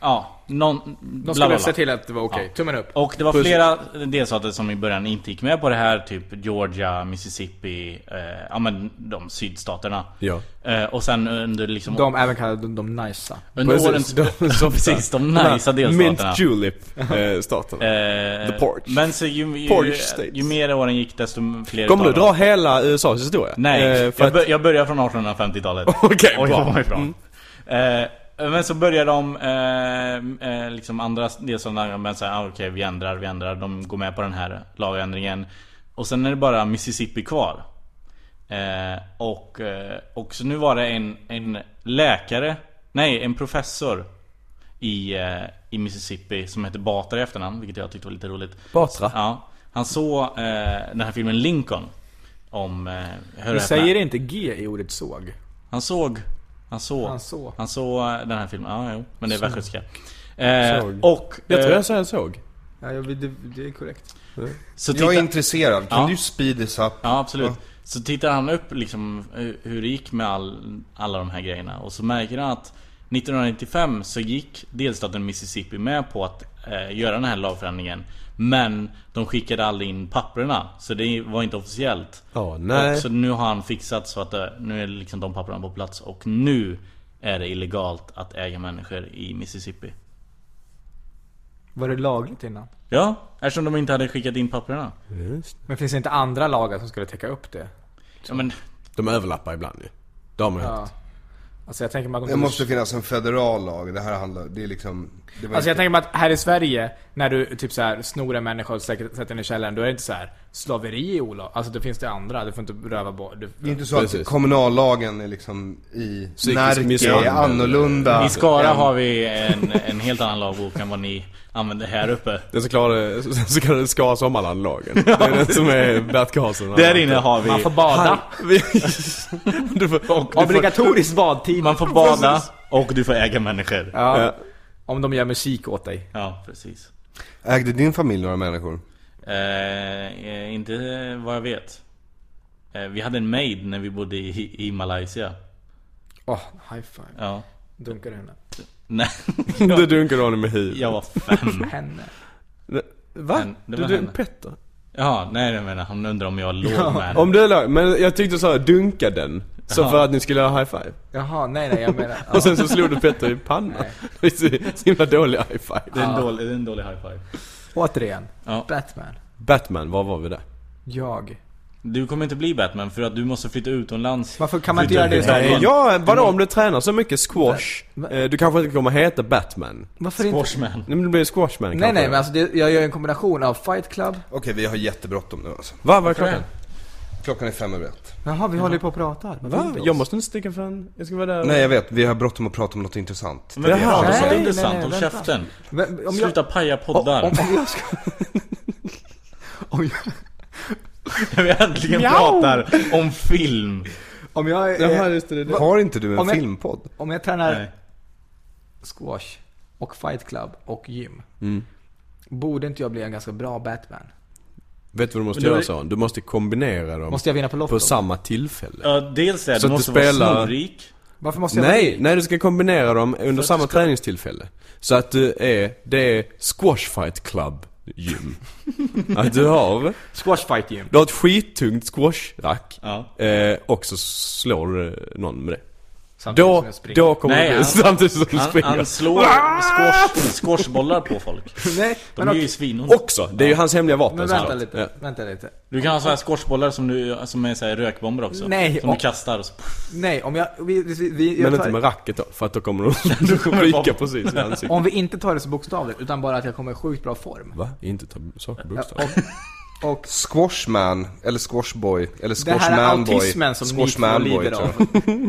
ja någon... De bla, bla, skulle bla. se till att det var okej. Tummen upp. Och det var flera delstater som i början inte gick med på det här, typ Georgia, Mississippi, eh, ja men de sydstaterna. Ja. Eh, och sen under liksom... De även kallade de, de nicea. under årens... [laughs] som precis, de najsa delstaterna. [laughs] Mint Julip eh, staten. Eh, The Porch. Men så ju, ju, Porch ju, states. mer åren gick desto fler Kommer du utav dem- dra hela USAs historia? Nej, Eh, för jag, att, bör, jag börjar från 1850-talet. [laughs] Okej, Oj, bra. Mm. vad ifrån. Eh, men så börjar de, eh, eh, liksom andra delstaterna, men säger ah, okej vi ändrar, vi ändrar. De går med på den här lagändringen. Och sen är det bara Mississippi kvar. Eh, och, eh, och så nu var det en, en läkare, nej en professor i, eh, i Mississippi som hette Batra i efternamn, vilket jag tyckte var lite roligt. Batra? Ja. Han såg eh, den här filmen Lincoln. Om... Eh, hör Du och häpna. säger inte G i ordet såg. Han såg. Han såg. Han såg. Han såg eh, den här filmen. Ja, jo. Men det är västgötska. Eh, och... jag tror eh, jag så här såg. Ja, jag, det, det är korrekt. så titta, Jag är intresserad. Kan Ja. du speed this up? Ja, absolut. Så tittar han upp liksom eh, hur det gick med all, alla de här grejerna. Och så märker han att 1995 så gick delstaten Mississippi med på att eh, göra den här lagförändringen. Men de skickade aldrig in papperna. Så det var inte officiellt. Ja, Och nej. så nu har han fixat så att det, nu är liksom de papperna på plats och nu är det illegalt att äga människor i Mississippi. Var det lagligt innan? Ja, eftersom de inte hade skickat in papperna. Men finns det inte andra lagar som skulle täcka upp det? Ja, men, De överlappar ibland ju. Det har man ju hört. Ja. Alltså jag tänker mig att Det de måste finnas en federal lag. Det här handlar... Det är liksom... Det var Alltså jag inte- tänker mig att här i Sverige, när du typ så här snor en människa och säkert sätter den i källaren, då är det inte så här slaveri är olagligt. Alltså då finns det andra, du får inte röva bort. Du, Det är inte så Precis. att kommunallagen är liksom i Psykisk Närke är misshandel. annorlunda. I Skara än- har vi en, en helt annan lagbok än vad ni använder här uppe. Den så kallade, eh, [laughs] så kallade Skara Sommarland-lagen. [laughs] Det är den som är Bert Karlsson. Där inne har vi... man får bada. du får, och, du får, Obligatorisk badtid. Man får bada och du får äga människor. Ja. Om de gör musik åt dig. Ja, precis. Ägde din familj några människor? Eh, eh, inte vad jag vet. Eh, vi hade en maid när vi bodde i, i Malaysia. Åh, high five. Ja. Dunkar du henne? [laughs] Nej, du dunkar honom med hiv. jag var fem. Henne. Va? Men det Du, var du henne. Petter? Ja, nej jag menar han undrar om jag låg med henne. Om du är lag, men jag tyckte du sa dunka den. Så Jaha. för att ni skulle ha high five. Jaha, nej nej jag menar... Och sen så slog du Petter i pannan. [laughs] Det är så, så himla dålig high Det five. är en dålig, det är en dålig high five. Återigen. Ja. Batman. Batman, var var vi där? Jag. Du kommer inte bli Batman för att du måste flytta utomlands. Varför kan man inte För göra det i dunkar Stockholm? dig. Ja, vadå om du tränar så mycket squash? Va- eh, Du kanske inte kommer heta Batman? Nej Varför inte? Sportsman. men du blir squashman Nej kanske. nej men alltså det, jag gör en kombination av Fight Club. Okej, vi har jättebråttom nu alltså. Va, vad är klockan? Klockan är fem över ett. Jaha, vi håller ju på och pratar. Vad vill Va? du Jag oss? måste inte sticka fan. Jag ska vara där. Nej jag vet, vi har bråttom att prata om något intressant. Men det Jaha. är Nej, så nej, intressant, nej, håll vänta. käften. Men, om jag, Sluta paja poddar. Om, om jag ska... om jag, När [laughs] vi äntligen Mjau. pratar om film. om jag, är, Jaha, just det, det. är det. Har inte du en Om jag- filmpodd? om jag tränar Nej. squash Mm. och fight club och gym. Borde inte jag bli en ganska bra Batman? Vet du vad du måste Men då göra är- sa han? Du måste kombinera dem Måste jag vinna på Lotto? på samma tillfälle. Ja, dels det, Så du att du måste spelar- vara snurrik. Varför måste jag vara Nej, rik? nej du ska kombinera dem under samma träningstillfälle. Så att du är, det är Squash Fight Club gym. att du har, Squash fight gym. du har ett skittungt squashrack. Ja. Eh, och så slår du någon med det. Samtidigt Då, som jag springer. då kommer Nej, du han- samtidigt som du Han, springer. han slår squash, squashbollar på folk. Nej, De Ah! men är okej. ju svinonda. Också! Det är ju hans hemliga vapen Men såklart. vänta lite, Ja. vänta lite. Du kan ha så här squashbollar som, du, som är så här rökbomber också. Nej, som du och- kastar och så... Nej, om jag... Vi, vi, vi, jag Men tar, inte med racket då, för att då kommer de Då [laughs] kommer det ryka bara- precis i ansiktet. Om vi inte tar det så bokstavligt, utan bara att jag kommer i sjukt bra form. Va? Inte ta saker Ja, bokstavligt. och, och Squashman, eller Squashboy, eller det här är Squashmanboy. autismen som ni två lider av.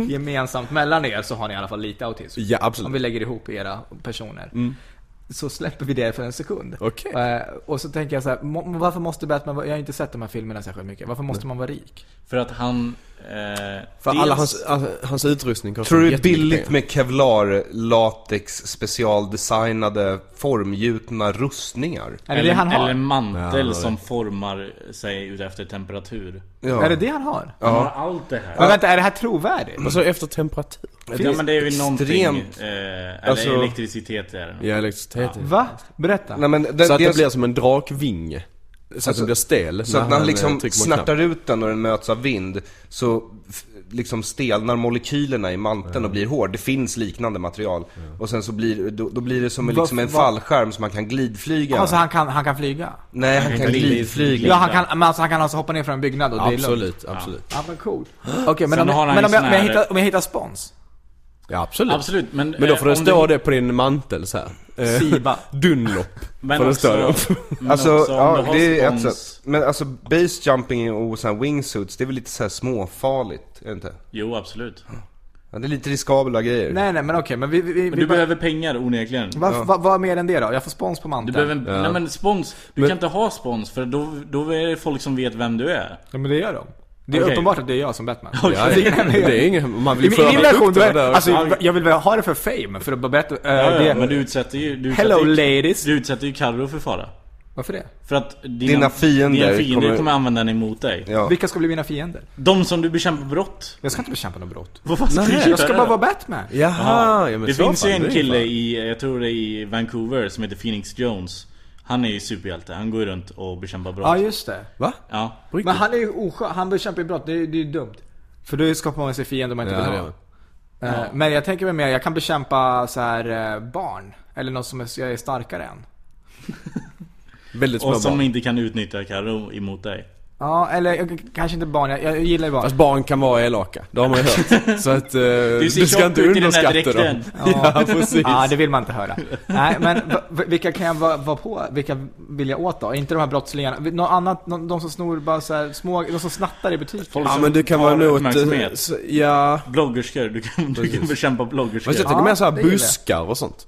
[laughs] Gemensamt mellan er så har ni i alla fall lite autism. Ja, Mm. Om vi absolut. lägger ihop era personer. Så släpper vi det för en sekund. Okej. Eh, och så tänker jag så här, må, varför måste Batman vara, jag har inte sett de här filmerna särskilt mycket, varför måste man vara rik? För att han... Eh, För dels- alla hans, alla, hans utrustning kostar Tror du det är jättemycket billigt pengar. med kevlar, latex, specialdesignade, formgjutna rustningar? Är det det han har? Eller Ja, han mantel har som formar sig utefter temperatur. Ja. Är det det han har? Han har allt det här. Men vänta, är det här trovärdigt? Mm. Alltså efter temperatur? Ja men det är ju någonting... extremt- Eh, eller Alltså- elektricitet är det. Ja, elektricitet. Va? Berätta. Nej, men det, Så att det dels- blir som en drakvinge. Så att Alltså, den blir stel eh, Så att när han liksom trycker på en snärtar knapp. ut den och den möts av vind så f- liksom stelnar molekylerna i manteln och blir hård. Det finns liknande material. Och sen så blir, då, då blir det som en- Va- liksom en va- fallskärm som man kan glidflyga. Alltså han kan, han kan flyga? Nej, han, kan glidflyga. Ja, han kan, men alltså, han kan alltså hoppa ner från en byggnad och det är lugnt? Absolut, absolut. Ja men cool. Okej men, Sen om, har jag- han men ju om, jag, sån om, jag här- hittar, om jag hittar spons? Ja, absolut. Absolut, men... eh, Men då får det om stå det på din mantel så här. Eh, [laughs] Siba. Dunlop. Men får det stå också... det [laughs] men Alltså, också om du ja, har det är ett spons- sätt. Men alltså base jumping och sån här wingsuits, det är väl lite så här småfarligt, är det inte? Jo, absolut. Ja, det är lite riskabla grejer. Nej nej men okej men vi... vi, vi Men du vi- behöver pengar onekligen. Vad vad- vad mer än det då? Jag får spons på Du manteln? behöver, nej men spons, du kan inte ha spons för då, då är det folk som vet vem du är. Ja men det gör de. Det är Okej. uppenbart att det är jag som Batman. Ja, [laughs] Det är ja. nämligen- det är inget, man I min vill i min föra version, upp du det är, där. alltså, jag vill väl ha det för fame, för att bara berätta... eh, Ja, ja, det, men du utsätter ju... Du Hello utsätter, ju- ladies. Du utsätter ju Carro för fara. Varför det? För att dina, Dina fiender dina fiender kommer- kommer... använda den emot dig. Ja. Vilka ska bli mina fiender? De som du bekämpar brott. Jag ska inte bekämpa något brott. Vad fan ska du göra Jag ska där? bara vara Batman. Jaha, ja, men Det så finns fan, ju en är kille fan. i, jag tror det är i Vancouver, som heter Phoenix Jones. Han är ju superhjälte, han går ju runt och bekämpar brott. Ja just det. Va? Ja. På riktigt? Men han är ju oskön, han bekämpar ju brott, det är ju det är ju dumt. För då skapar man sig fiender man inte Ja, vill det ha. gör Eh, Men jag tänker mig mer, jag kan bekämpa så här eh, barn. Eller något som är- jag är starkare än. Väldigt små Och som barn. inte kan utnyttja Carro emot dig. Ja, eller jag- kanske inte barn, jag, jag gillar ju barn. Fast barn kan vara elaka, det [laughs] har man ju hört. Så att eh, du, ser ska tjock inte ut i den här underskatta dem. dräkten. Ja, precis. Ja, det vill man inte höra. Nej, men v- v- vilka kan jag vara vara på? Vilka vill jag åt då? Inte de här brottslingarna? Vi- Någon annat, någon, de som snor bara så här, små, de som snattar i butik? Folk Ja som men du kan tar vara nog uppmärksamhet. ett... så- Ja... Bloggerskor, du kan, du kan bekämpa bloggerskor. Fast jag tänker Ja, mer såhär det gillar jag. buskar och sånt.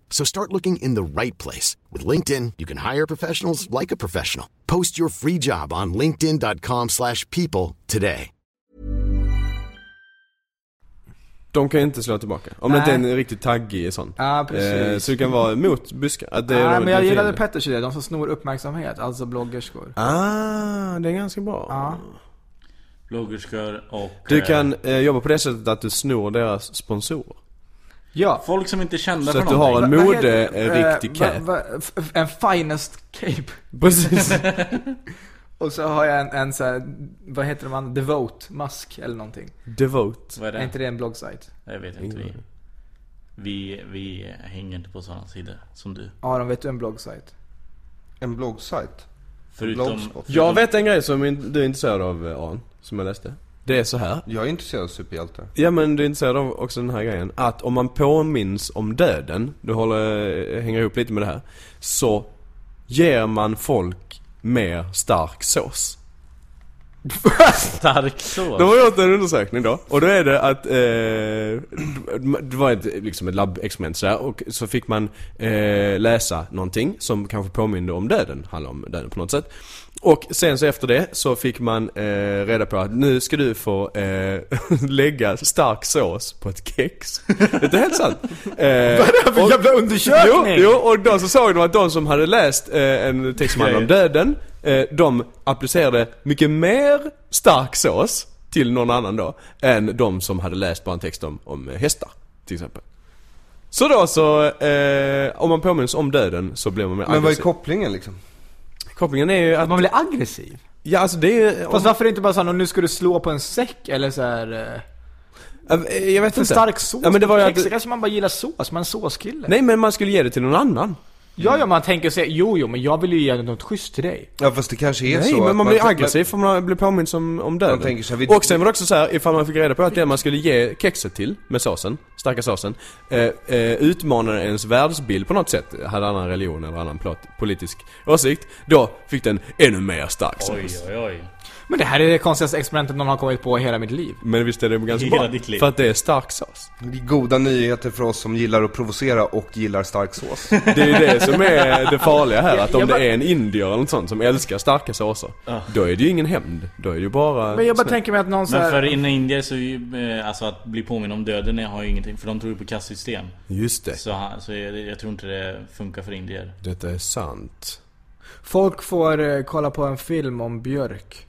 So start looking in the right place. With LinkedIn, you can hire professionals like a professional. Post your free job on linkedin.com/people slash people today. De kan ju inte slå tillbaka. Om det Nej. inte är en riktigt taggig sån. Ja, precis. så du kan vara mot buskar. Att det är Nej, de- men jag det är gillade fienden. Petters idé, de som snor uppmärksamhet, alltså bloggerskor. Ah, det är ganska bra. Ja. Bloggerskor och... Du eh, kan eh, jobba på det sättet att du snor deras sponsorer. Ja. Folk som inte är kända Så för att du någonting. har en Vad mode, heter- en eh, riktig va- cap. va- f- f- En finest cape. Precis. Och så har jag en, en så här, vad heter de andra? Devote mask eller någonting. Devote. Vad är Är det? inte det en bloggsajt? Jag vet inte. Vi, vi, vi hänger inte på sådana sidor som du. Aron, vet du en bloggsajt? En bloggsajt? Förutom... Blogspot. Jag vet en grej som in- du är intresserad av, eh, Aron. Som jag läste. Det är så här. Jag är intresserad av superhjältar. Ja men du är intresserad av också den här grejen. Att om man påminns om döden, du håller, eh, hänger ihop lite med det här. Så ger man folk mer stark sås. [laughs] Stark så. De har gjort en undersökning då. Och då är det att, eh, det var ett, liksom ett labbexperiment så här, Och så fick man eh, läsa någonting som kanske påminde om döden, handlar om döden på något sätt. Och sen så efter det så fick man eh, reda på att nu ska du få eh, [laughs] lägga stark sås på ett kex. Det är helt sant. Eh, Vad är det för jävla undersökning? Jo, jo, och då så såg de att de som hade läst eh, en text som handlade om döden, eh, de applicerade mycket mer stark sås till någon annan då, än de som hade läst bara en text om, om hästar, till exempel. Så då så, eh, om man påminns om döden så blir man mer Men vad är aggressiv. kopplingen liksom? Kopplingen är ju att, Man blir aggressiv. ja alltså det är ju... Fast varför inte bara såhär, nu ska du slå på en säck eller såhär... Eh, Jag vet En inte. stark sås Ja, men det var ju att, Så kanske man bara gillar sås, man är en såskille. nej men man skulle ge det till någon annan. Ja, ja, man tänker sig, jo, jo, men jag vill ju ge något schysst till dig. Ja fast det kanske är så Nej, att men man blir man- aggressiv för man blir påmind som, om döden. Man tänker så här, vi- Och sen var det också så här, ifall man fick reda på att det man skulle ge kexet till, med såsen, starka såsen, eh, eh, utmanade ens världsbild på något sätt, hade annan religion eller annan plot, politisk åsikt, då fick den ännu mer stark Oj, sås. oj, oj. Men det här är det konstigaste experimentet någon har kommit på i hela mitt liv. Men visst är det ganska Hela bra? ditt liv. För att det är stark sås. Det är goda nyheter för oss som gillar att provocera och gillar stark [laughs] sås. Det är ju det som är det farliga här, att om jag bara- det är en indier eller något sånt som älskar starka såser, Ah. då är det ju ingen hämnd. Då är det ju bara... Men jag bara tänker mig att någon Men för såhär... inne i indier så är ju, eh, alltså att bli påminn om döden är- har ju ingenting. För de tror ju på kastsystem. Just det. Så, han- så jag, jag tror inte det funkar för indier. Detta är sant. Folk får eh, kolla på en film om björk.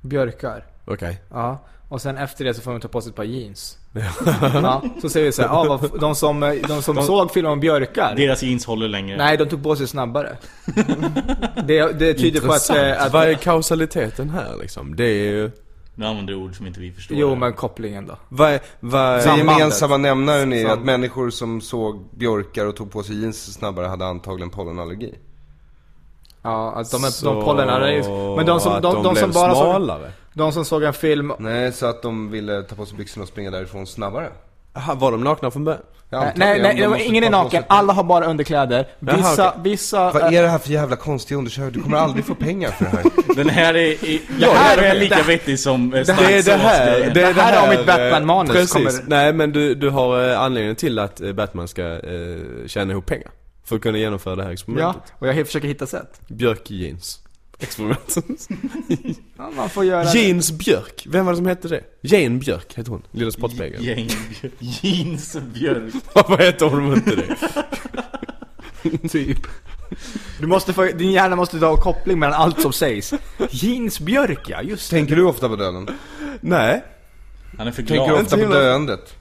Björkar. Okej. Ja, och sen efter det så får man ta på sig ett [laughs] par jeans. ja, så säger vi såhär, ah, vad f- de som, eh, de som såg filmen om björkar, Deras jeans håller längre. nej de tog på sig [laughs] snabbare. det, det tyder på att, eh, att... Vad är kausaliteten här liksom? Det är ju... Nu använder du ord som inte vi förstår. Jo men kopplingen då. Vad är... Vad Den är... Sambandet. gemensamma nämnaren är att Sambandet. människor som såg björkar och tog på sig jeans snabbare hade antagligen pollenallergi. Ja, att de, är- Så de pollenallergiska. Men de som, de, de, som bara såg, smalare? de som såg en film... Nej, så att de ville ta på sig byxorna och springa därifrån snabbare. Aha, var de nakna från början? Jag Nej, antar nej, det, om nej de det var- måste ingen är ta på sig- naken. Alla har bara underkläder. Jaha, Vissa, okej. vissa... Vad eh, är det här för jävla konstiga undersökning? Du kommer aldrig få pengar för [laughs] det här. Den här är, är, Ja, den här det- är lika det- vettig som eh, Det stark är det här, sås-grejen. Det här har mitt eh, Batman-manus Precis, kommer- nej men du, du har eh, anledningen till att eh, Batman ska eh, tjäna ihop pengar. För att kunna genomföra det här ja, experimentet. och jag försöker hitta sätt. [laughs] Björk-jeans. Experimentet. Ja, man får göra det. Jeans Björk, vem var det som hette det? Jane Björk hette hon, lilla spottpegeln. Gäng, jeans och björk. [laughs] Vad heter hon inte det? Typ. Du måste få, din hjärna måste ta koppling mellan allt som sägs. Jeans Björk ja, just det. Tänker du ofta på döden? Nej. Han är för Tänker du glad. ofta på döendet?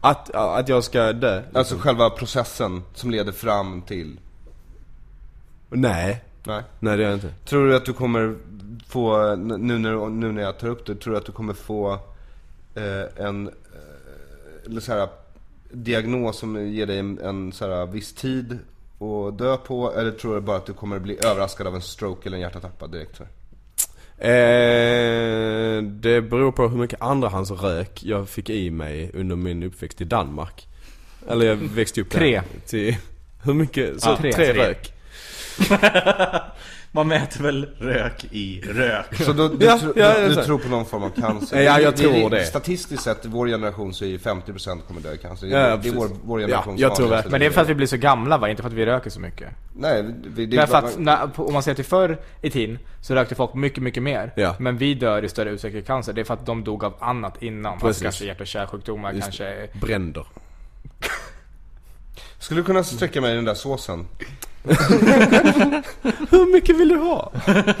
Att, att jag ska dö? Alltså själva processen som leder fram till... Nej. Nej. Nej det gör jag inte. Tror du att du kommer få, n- nu när, nu när jag tar upp det, tror du att du kommer få eh, en eh, eller så här, diagnos som ger dig en, en så här, viss tid att dö på? Eller tror du bara att du kommer bli överraskad av en stroke eller en hjärtattack bara direkt? Så här? Eh, det beror på hur mycket andrahandsrök jag fick i mig under min uppväxt i Danmark. Eller jag växte upp där. Tre. Till, hur mycket? Så Ja, tre, tre. rök. Man mäter väl rök i rök. Så då, du, Ja, tro, ja, du, jag du ser. tror på någon form av cancer? Ja, jag Det är- tror det. Statistiskt sett, i vår generation så är ju 50% kommer dö i cancer. Ja, ja, Det är precis. vår, vår Ja, generations jag tror vanligaste verkligen. Men det är för att dödlighet. vi blir så gamla va? Inte för att vi röker så mycket. Nej, vi- det Det är är för att, när, på- om man ser till förr i tiden, så rökte folk mycket, mycket mer. Ja. Men vi dör i större utsträckning i cancer. Det är för att de dog av annat innan. Precis. Alltså kanske hjärt och kärlsjukdomar, Just kanske... Bränder. Skulle du kunna sträcka mig i den där såsen? Hur mycket vill du [laughs] ha? Jag går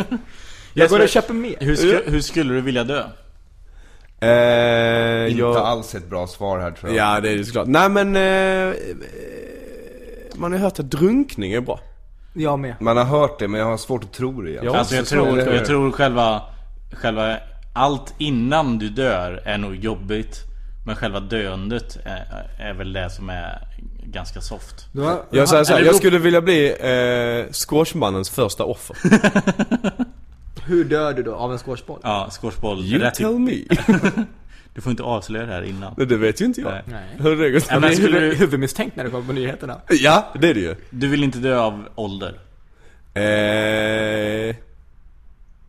Jesper, och köper mer. hur, sku, hur skulle du vilja dö? Eh, Inte jag... alls ett bra svar här tror jag. Ja, det är ju såklart. Nej men... eh, Eh, man har ju hört att drunkning är bra. Jag med. Man har hört det men jag har svårt att tro det egentligen. Alltså jag så tror tror, jag det. jag tror själva, själva allt innan du dör är nog jobbigt. Men själva döendet är, är väl det som är ganska soft. Du har, Jag, säger så här, eller jag då- skulle vilja bli eh, squashmannens första offer. hur dör du då? Av en squashboll? Ja, squashboll. Det där You typ- tell me. Du får inte avslöja det här innan. Nej, det vet ju inte jag. Nej. Nej. Hur det går till. Ja, men Det är skulle huvud, du, huvudmisstänkt när det kommer på nyheterna. Ja, det är det ju. du vill inte dö av ålder? Eh,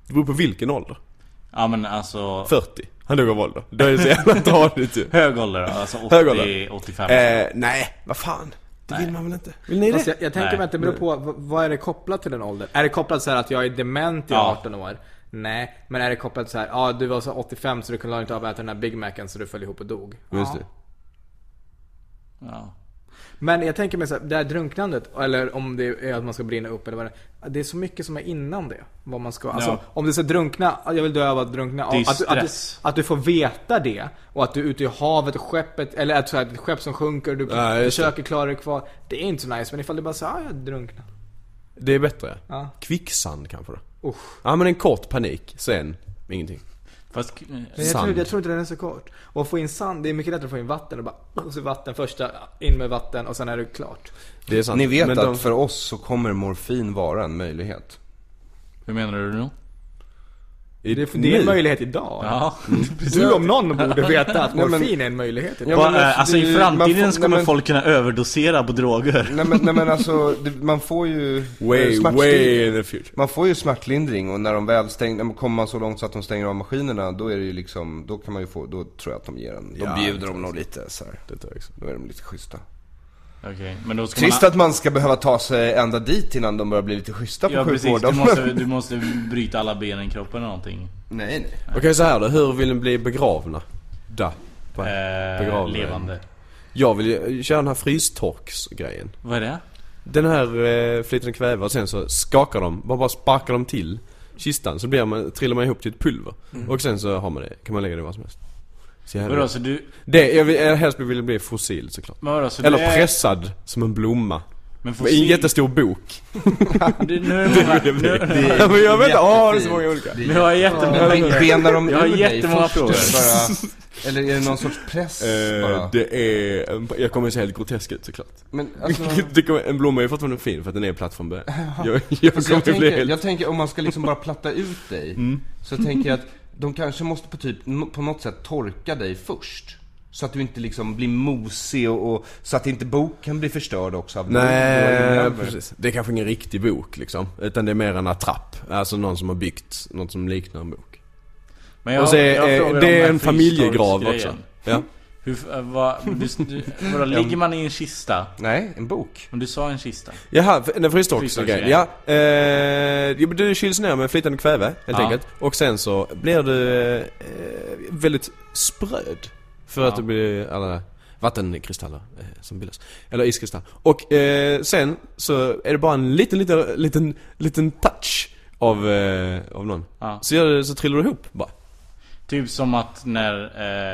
det beror på vilken ålder. Ja men alltså... 40. Han dog av ålder. Det är så [laughs] jävla tradigt ju. Hög ålder då, alltså 80, Hög ålder. 85. Eh, nej, vad fan. Det vill man väl inte? Vill ni Fast det? jag, jag tänker Nej. mig att det beror på, v- vad är det kopplat till den åldern? Är det kopplat så här att jag är dement i Ja. 18 år? Nej, men är det kopplat så här, ja ah, du var så 85 så du kunde inte avväta den här Big Macen så du föll ihop och dog. Just Ja. det. Ja. Men jag tänker mig så här, det här drunknandet, eller om det är att man ska brinna upp eller vad det är. Det är så mycket som är innan det. Vad man ska, alltså, Ja. Om du ska drunkna, jag vill dö av att drunkna. Det är att, du- att, du, stress. att du får veta det och att du är ute i havet och skeppet, eller att så här, ett skepp som sjunker och du Ja, just det. försöker klara dig kvar. Det är inte så nice, men ifall du bara säger ah, jag drunknar. Det är bättre Ja. Kvicksand kanske då. Usch. Ja men en kort panik, sen ingenting. Fast... Men jag, Sand. tror, jag tror inte den är så kort. Och att få in sand, det är mycket lättare att få in vatten. Och bara, och så vatten första, in med vatten och sen är det klart. Det är sant. Ni vet men att de- för oss så kommer morfin vara en möjlighet. Hur menar du nu? I- Det är, det är en nu- möjlighet idag. Ja. Mm. [laughs] Du om någon borde veta att Nej, men- morfin är en möjlighet idag. Ja, Bara, men eh, alltså det- i framtiden man får- så kommer nej, men- folk kunna överdosera på droger. [laughs] Nej men, nej, men alltså, det, man får ju... Way, eh, smärtstill- way in the future. Man får ju smärtlindring och när de väl stänger, när man kommer man så långt så att de stänger av maskinerna, då är det ju liksom, då kan man ju få, då tror jag att de ger en, de Ja, bjuder dem nog lite så här. Det tror jag också. Då är de lite schyssta. Okej, men då ska Trist man... att man ska behöva ta sig ända dit innan de börjar bli lite schyssta på Ja precis, sjukvården. du måste, du måste bryta alla ben i kroppen eller någonting. [laughs] Nej, nej. Okej så här då, hur vill ni bli begravna? Da. Eh, Begravning. levande. Jag vill ju köra den här frystorksgrejen. Vad är det? Den här eh, flytande kväve och sen så skakar de, bara, bara sparkar de till kistan så blir man, trillar man ihop till ett pulver. Och sen så har man det, kan man lägga det var som helst. Så jävla- Vadå, så du... det, jag, vill, jag helst vill bli fossil såklart. Men vadå, så Eller du är... pressad som en blomma. Men I en fossil... jättestor bok. [laughs] Du, nu är det många... Nu, Men jag vet inte, åh det är så många olika. nu har jag jättemånga Men benar de Jag har ur dig jättemånga först, frågor. Bara, [laughs] eller är det någon sorts press bara? Eh, det är, en, jag kommer se helt grotesk ut såklart. Men alltså, [laughs] det kommer, en blomma är ju fortfarande fin för att den är platt [laughs] från början. Jag, Fast jag kommer jag, bli tänker, helt... jag tänker om man ska liksom bara platta ut dig, så tänker jag att de kanske måste på, typ, på något sätt torka dig först. Så att du inte liksom blir mosig och, och så att inte boken blir förstörd också av Nej, eh, av- precis. Det är kanske ingen riktig bok liksom. Utan det är mer en attrapp. Alltså någon som har byggt något som liknar en bok. Men jag, och så är, jag eh, frågar om det den är här en familjegrav också. frystorksgrejen. Ja. Hur, eh, vad, du, du, vadå, ligger man i en kista? Nej, en bok. Men du sa en kista. Jaha, för- den frystoxen Frystorksgrejen. grejen. Ja, eh, jo, men du kyls ner med flytande kväve helt Ja. enkelt. Och sen så blir du eh, väldigt spröd. För att det blir alla vattenkristaller eh, som bildas. Eller iskristaller. Och eh, sen så är det bara en liten, liten, liten, liten touch av, eh, av någon. Ja. Så, gör du, så trillar du ihop bara. Typ som att när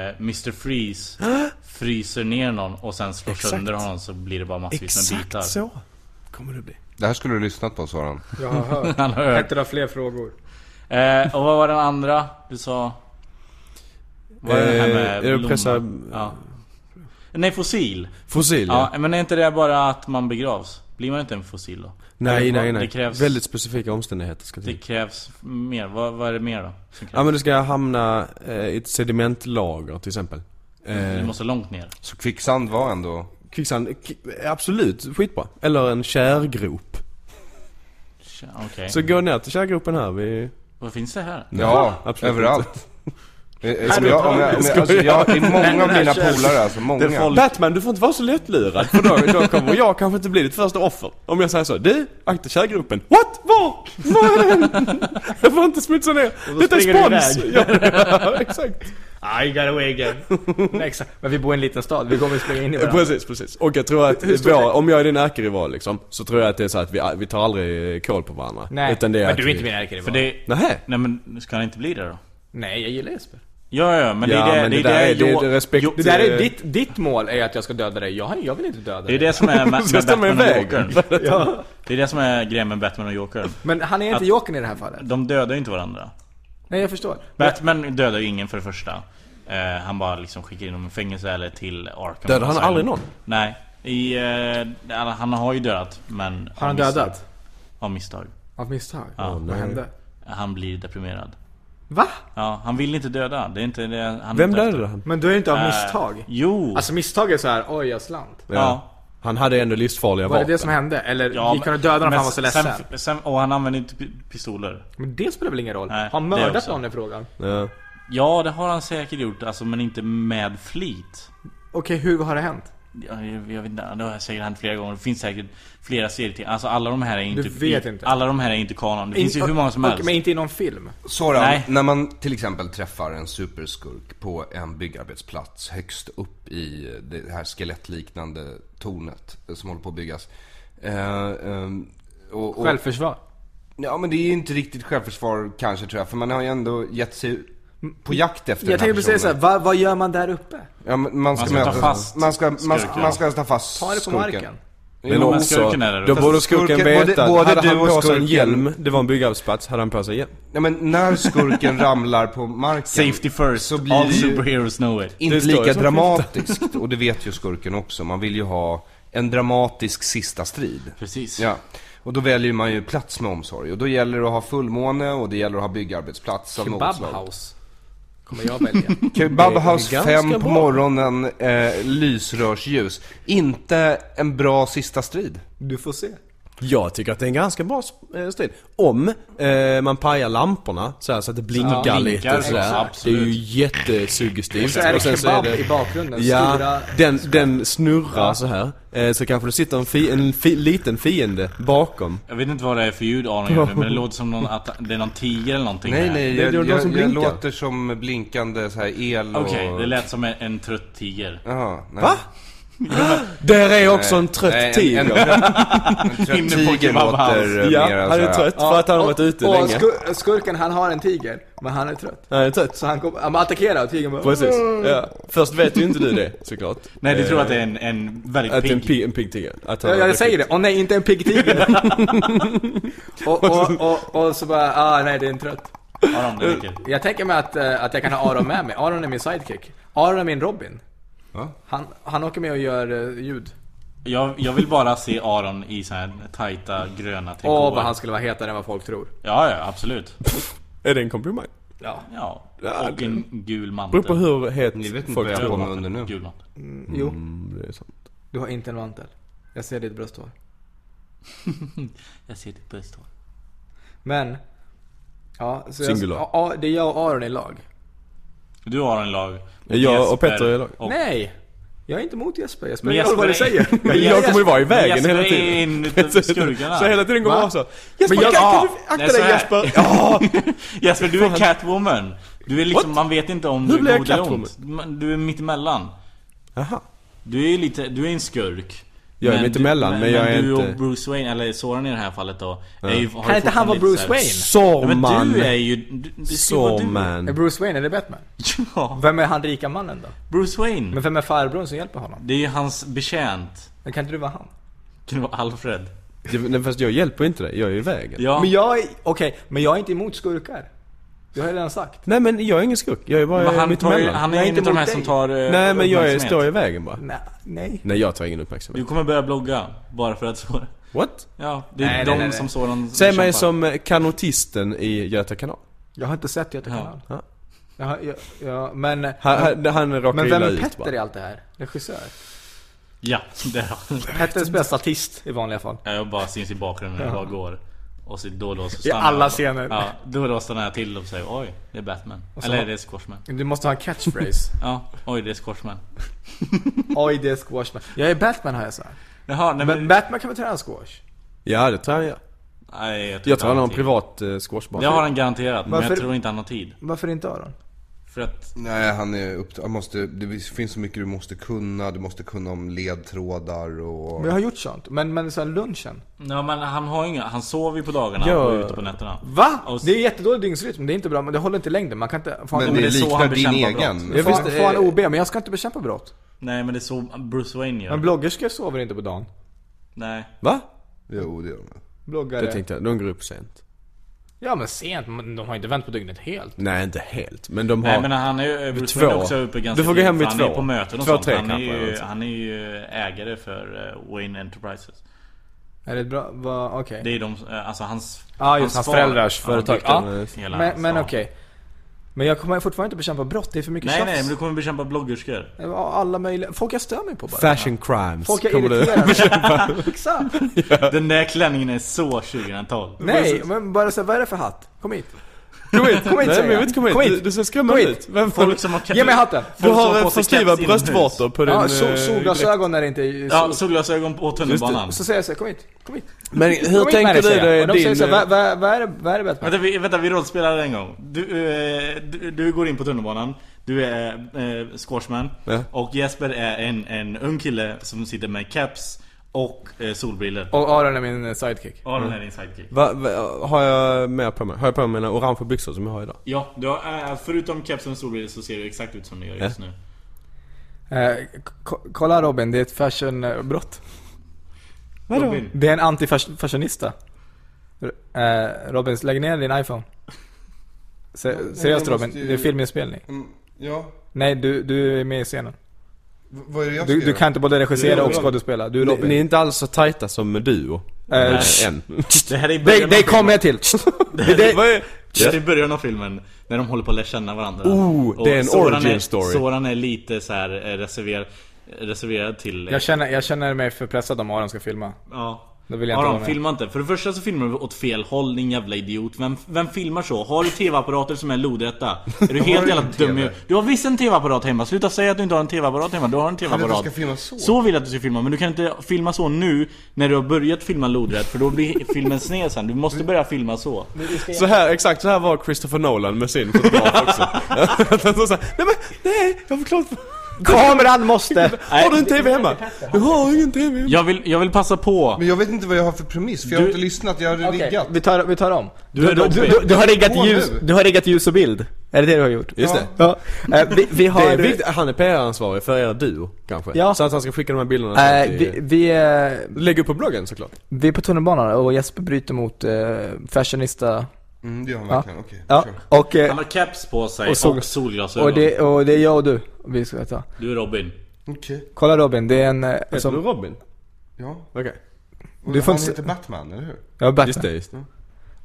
eh, Mr Freeze fryser ner någon och sen slår Exakt. sönder honom så blir det bara massvis med bitar. Exakt så kommer det bli. Det här skulle du lyssnat på, svarade han. Jag har hört. Han har hört. Petter har fler frågor. Eh, och vad var den andra du sa? Vad är det här med Eh, är det blomma? pressa- Ja. Nej, fossil. Fossil ja. Ja. men är inte det bara att man begravs? Blir man inte en fossil då? Nej, Eller vad- nej, nej. Det krävs, Väldigt specifika omständigheter ska till. det krävs mer. Vad, vad är det mer då? som krävs? Ja men du ska hamna eh, i ett sedimentlager till exempel. Eh, Du måste långt ner. Så kvicksand var ändå... Kvicksand, k- absolut skitbra. Eller en kärgrop. Okej. Så gå ner till kärgruppen här, vi... Vad finns det här? Ja, absolut överallt. Eh, eh, Här om är jag, om jag, om jag, alltså, jag, det är Den många av här mina kärleken. polare alltså, många. Den folk- Batman, du får inte vara så lättlurad för då, då kommer jag kanske inte bli ditt första offer. Om jag säger så, du, akta kärgruppen. What? Var? Var [laughs] är den? Jag får inte smutsa ner. då Detta är springer du spons! Ja, [laughs] exakt. I got [laughs] away again. Nej, exakt. Men vi bor i en liten stad, vi kommer springa in i varandra. Precis, precis. Och jag tror att, vår, om jag är din ärkerival liksom, så tror jag att det är så att vi, vi tar aldrig koll på varandra. Nej, Utan det är men att du är inte vi... min ärkerival. För det... Nähä? Nej men ska han inte bli det då? Nej, jag gillar Jesper. Ja, ja, men det Ja, är det, men det, det är där det, är- det är jag- ju respekt- Jo, Det där är Eh. ditt, ditt mål är ju att jag ska döda dig. Jag, jag vill inte döda det dig. är det som [laughs] är med, Ska jag med ställa mig i Batman och vägen? Jokern. Det är det som är grejen med Batman och Jokern. Men han är inte Att- jokern i det här fallet. De dödar ju inte varandra. Nej, jag förstår. Batman dödar ju ingen för det första. Eh, han bara liksom skickar in dem i fängelse eller till Arkham. Dödar han Asylum. aldrig någon? Nej. I, eh, han har ju dödat men... Har han av misstag. dödat? Av misstag. Av misstag? Ja. Vad hände? Han blir deprimerad. Va? Ja, han vill inte döda. Det är inte det han Vem är ute efter. dödade han? Men du är inte av Eh, misstag? Jo. Alltså misstag är så här, oj jag slant. ja. Han hade ändå livsfarliga Var det vapen. det som hände? Eller Ja, gick han och dödade honom för men han var så ledsen? Sen, sen, och han använder inte pi- pistoler. Men det spelar väl ingen roll? Nej, har han det mördat också. någon i frågan? Ja. Ja, det har han säkert gjort, alltså, men inte med flit. Okej, hur har det hänt? Jag, jag, jag vet inte, det har säkert hänt flera gånger. Det finns säkert flera serietidningar. Alltså alla de här är inte... vet inte. Alla de här är inte kanon. Det finns ju In- hur många som okej, helst. Men inte i någon film? Soran, Nej. när man till exempel träffar en superskurk på en byggarbetsplats högst upp i det här skelettliknande tornet som håller på att byggas. Eh, ehm, och, och, Självförsvar? Ja men det är ju inte riktigt självförsvar kanske tror jag, för man har ju ändå gett sig på jakt efter Jag den här tänkte personen. precis såhär, vad, vad gör man där uppe? Ja, men man, ska Man ska ta möta- fast man ska, man, skurken. man ska ta fast Ta det på skurken. marken. Men Jo, men också, skurken är där då uppe. borde skurken Skurken- både- veta att både hade du han och på sig en skurken- hjälm, det var en byggarbetsplats, hade han på sig hjälm. Ja, men när skurken [laughs] ramlar på marken Safety first, så blir all det ju superheroes know it. inte Det står lika som dramatiskt. Och det vet ju skurken också. Man vill ju ha en dramatisk sista strid. Precis. Ja. Och då väljer man ju plats med omsorg. Och då gäller det att ha fullmåne och det gäller att ha byggarbetsplats av något slag. Kebabhouse. Kommer jag välja. Det Kebabhouse är ganska 5 på bra. morgonen, eh, lysrörsljus. Inte en bra sista strid. [laughs] Du får se. Jag tycker att det är en ganska bra eh, strid. Om eh, man pajar lamporna så, här, så att det blinkar blinkar lite och också, sådär. Det är absolut. ju jättesuggestivt. Så är det Och sen så är kebab det- i bakgrunden, Ja, stora... den, den snurrar så här. Eh, så kanske det sitter en, fi, en fi, liten fiende bakom. Jag vet inte vad det är för ljud Aron gör nu, men det låter som någon, att det är någon tiger eller någonting Nej, här. nej, Det är jag, de jag, som jag, blinkar. låter som blinkande så här el och... Okej, det lät som en, en trött tiger. Jaha, nej. Va? Där är också en trött Nej, en- tiger. en trött- En trött Inne på tiger kebabhouse. låter eh, ja, mera han så är här- trött för att han har varit ute och, länge. skur- skurken han har en tiger, men han är trött. Han är trött. Så han kommer, han attackerar och tigern bara... Precis. Mm. Ja. Först vet ju inte du det såklart. Nej, du Eh, tror att det är en, en väldigt Att en pigg... pigg en pigg tiger. Att han Ja, har jag säger det. Åh nej, inte en pigg [laughs] tiger. och, och, och, och så bara, ah nej det är en trött. Aron, det räcker. Jag tänker mig att, eh, att jag kan ha Aron med mig. Aron är min sidekick. Aron är min Robin. Va? Han, han åker med och gör eh, ljud. Jag, jag vill bara se Aron i så här tajta gröna trikåer. Åh vad han skulle vara hetare än vad folk tror. Ja, ja, absolut. Är det en komplimang? Ja. Ja, Ja, och en gul mantel. Beror på hur het Ni vet inte folk vad jag tror. Mm, har på mig mantel, under nu. Gul mantel. Jo, Det är sant. du har inte en mantel. Jag ser ditt brösthår. Jag ser ditt brösthår. Men... Ja, så Singular. Jag, ja, det är jag och Aron i lag. Du har en lag. Jag och Petter är lag. och- Nej! Jag är inte emot Jesper. Jag Men spelar roll vad du Jesper [laughs] säger. är- Men jag kommer ju vara i Men vägen Jesper hela är tiden. [laughs] en utav skurkarna. så hela tiden kommer Va? jag så. Jesper, Men jag- kan, kan ah, du, akta nej, så dig här. Jesper! [laughs] Ja! [laughs] Jesper, du är Catwoman. Du är liksom, man vet inte om Hur du blir är jag god eller Catwoman? ont. Men Du är mittemellan. Jaha. Du är ju lite, du är en skurk. Jag är Men mittemellan, du, men jag är du inte- och Bruce Wayne, eller Soran i det här fallet då. Är ju, har Kan ju inte han fortfarande vara Bruce lite så här- Wayne? Ja, men Såman! du är ju... Du, det ska ju vara du. Är Såman! Bruce Wayne, är det Batman? [laughs] Ja, Vem är han rika mannen då? Bruce Wayne. Men vem är farbrorn som hjälper honom? Det är ju hans betjänt. Men kan inte du vara han? Kan det vara Alfred? Det- Nej fast jag hjälper inte dig, jag är i vägen. Ja. Men jag är, okej, men jag är inte emot skurkar. Det har jag redan sagt. Nej men jag är ingen skurk, jag är bara men han, tar ju, mittemellan. han Jag är är en inte av de här emot som dig. tar eh, Nej men jag är, uppmärksamhet. står i vägen bara. Nej, nej. Nej jag tar ingen Du uppmärksamhet. kommer börja blogga, bara för att så. What? Ja, det är Nej, nej, de nej, nej. som sådan Säg mig kämpar. som eh, kanotisten i Göta kanal. Jag har inte sett Göta kanal. Ja. Jag har, jag, jag, men, Han, han, han råkar men illa vem är ut Petter bara. i allt det här? Regissör? Ja, det har Petter spelar statist i vanliga fall. Ja, Jag bara syns i bakgrunden när jag bara går. Och så då då så I alla scener. Ja, då då stannar jag till och säger oj, det är Batman. Och så Eller har- det är Squashman. Du måste ha en [laughs] catchphrase. Ja, oj det är Squashman. Oj, det är squashman. Jag är Batman har jag sagt. Jaha, nej Men, men... Batman kan väl träna squash? Ja det tror jag Nej, jag tror, Jag tror han har en tid. privat eh, squashbana. Det har han garanterat, men Varför- jag tror inte han har tid. Varför inte Aron? För att... Nej, han är upp, han måste, det finns så mycket du måste kunna. Du måste kunna om ledtrådar och... Men jag har gjort sånt. Men, men sen lunchen? Ja men han har ju inga... Han sover ju på dagarna Ja. och är ute på nätterna. Va? Och s- Det är jättedålig dygnsrytm, det är inte bra, men det håller inte i längden. Man kan inte... Fan, Men men det är så liknar han din bekämpar brott. egen. Ja, fan, visst, fan eh, OB, men jag ska inte bekämpa brott. Nej men det är så Bruce Wayne gör. Men bloggerskor sover inte på dagen. Nej. Va? Jo, det gör de. Det Bloggare. tänkte jag, de går upp sent. Ja men sent, men de har inte vänt på dygnet helt. Nej inte helt, men de har... Nej men han är ju... Bruce två. Wayne är också uppe ganska Du får gå tidigt, hem vid för Han är två. ju på möten och Två, sånt. tre Han är, kanske, eller ju, något. han är ju ägare för eh, Wayne Enterprises. Är det ett bra? Va, okej. Det är de, eh, alltså hans... Ja, just hans far. föräldrars Ja, företag. tyckte om Ja, eh, hela Men, hans men dag. okej. Men jag kommer fortfarande inte bekämpa brott, det är för mycket Nej tjafs. nej, men du kommer bekämpa bloggerskor. [laughs] Alla möjliga... Folk jag stör mig på bara. Fashion crimes. Folk jag kommer du- irriterar [laughs] mig på. Exakt. Den där klänningen är så 2012. Nej, men bara såhär, vad är det för hatt? Kom hit. Kom hit, kom hit Nej säger men jag jag. vill inte komma hit. Kom Du, hit. du ser skrämmande Kom hit. ut. Vem Folk som har keps- Ge mig hatten. Du folk som har har på en sig för keps stiva inomhus. bröstvårtor på din... Ja, eh, sol, dräkt. solglasögon när det inte är... Ja, sol- solglasögon på tunnelbanan. Så säger jag såhär, kom hit, kom hit. Men hur Kom hit med tänker du säger jag. dig Och de säger din... såhär, eh, vad va, va är det, vad är det Batman? Vänta vi, vänta, vi rollspelar en gång. Du, eh, du, du går in på tunnelbanan, du är eh, squashman Ja. och Jesper är en, en ung kille som sitter med caps och eh, solbriller. Och Aron är min eh, sidekick. Aron Mm. är din sidekick. Va, va, har jag mer på mig? Har jag på mig mina orangea byxor som jag har idag? Ja, du har, eh, förutom kepsen och solbriller så ser du exakt ut som du gör just nu. Eh, k- kolla Robin, det är ett fashionbrott. Robin. Det är en anti-fashionista. Eh, Robin, lägg ner din iPhone. Se, seriöst jag Robin, måste ju- det är filminspelning. Mm, ja, Nej, du, du är med i scenen. v- vad är det jag ska Du, du göra? kan inte både regissera och Robin. skådespela. Du är Ni, Robin. ni är inte alls så tajta som du och... Eh, Nej, än. Det här är i det, början, det av, filmen. kommer jag till! Det, Vad det, är... det här är i början av filmen. När de håller på att lära känna varandra. Oh, det är en Soran origin är, story. Soran är lite så här eh, reserverad, reserverad till... eh, [laughs] jag, känner, jag känner mig för pressad om Aron ska filma. Ja. Då vill jag inte vara Aron, med. filma inte. För det första så filmar du åt fel håll, din jävla idiot. Vem, vem filmar så? Har du TV-apparater som är lodrätta? Är du helt jävla dum i Du har visst en TV-apparat hemma. Sluta säga att du inte har en TV-apparat hemma. Du har en TV-apparat. jag ska filma så. Så vill jag att du ska filma. Men du kan inte filma så nu när du har börjat filma lodrätt. För då blir filmen sned sen. Du måste börja filma så. Så här, exakt så här var Christopher Nolan med sin fotograf också. [laughs] så så här, nej men, nej, jag har förklarat för... [laughs] Kameran måste! Har du en TV hemma? Jag har ingen TV hemma. Jag vill, jag vill passa på. Men jag vet inte vad jag har för premiss, för jag har inte lyssnat, jag har Okej, riggat. vi, tar, vi tar om. Du är du, Robin. du, du, du, har riggat Gå ljus, nu. du har riggat ljus och bild. Är det det du har gjort? Just det. Ja. Eh, vi, vi Det har... är viktigt, han är PR-ansvarig för er duo kanske. Ja. Så att han ska skicka de här bilderna eh, sen vi, till... vi, eh, Lägg upp på bloggen såklart. vi är på tunnelbanan och Jesper bryter mot eh, fashionista... Mm, det gör han Ja. verkligen, okej. Ja, kör. och, eh, Han har caps på sig Och och, sol- solglasögon. och, det, och det är jag och du vi ska ta. Du är Robin. Okej, Kolla Robin, det är en... eh, Heter du Som, Robin? ja. Okej. Och Du får han inte- heter Batman, eller hur? jag är Batman. Just det, just det.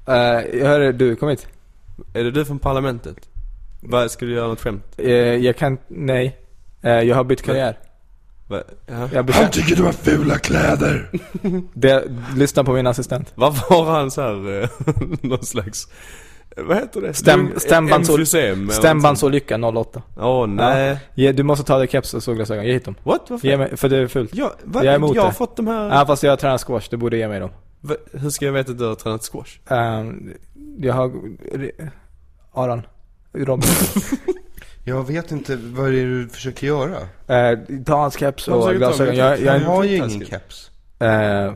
Eh, hörru du, kom hit. Är det du från Parlamentet? Vad, ska du göra något skämt? Eh, jag kan... Nej. Eh, jag har bytt karriär. Va, ja. Jag bestämt. tycker du har fula kläder! Det, lyssna på min assistent. Varför har han så här, eh, [laughs] någon slags, eh, vad heter det? Stäm- Lung- stämbands- emfysem eller något Stämbandsolycka 08. sånt. Åh nej. Ja, du måste ta dig keps och solglasögon, ge hit dem. What? Varför? Ge mig, för det är fult. Ja, va, Jag är emot jag har det. fått de här... Ja fast jag har tränat squash, du borde ge mig dem. Va, hur ska jag veta att du har tränat [laughs] squash? Ehm, jag har... re- Aron. [laughs] Robin. Jag vet inte, vad är det du försöker göra? Eh, ta hans keps Varför och ska du ta glasögon. min Jag, keps? jag, Jag är- har ju ingen fantastisk. keps. eh,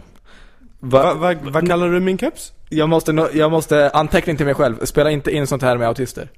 Va, va, va, vad kallar du min keps? jag måste, nå- jag måste, anteckning till mig själv. Spela inte in sånt här med autister.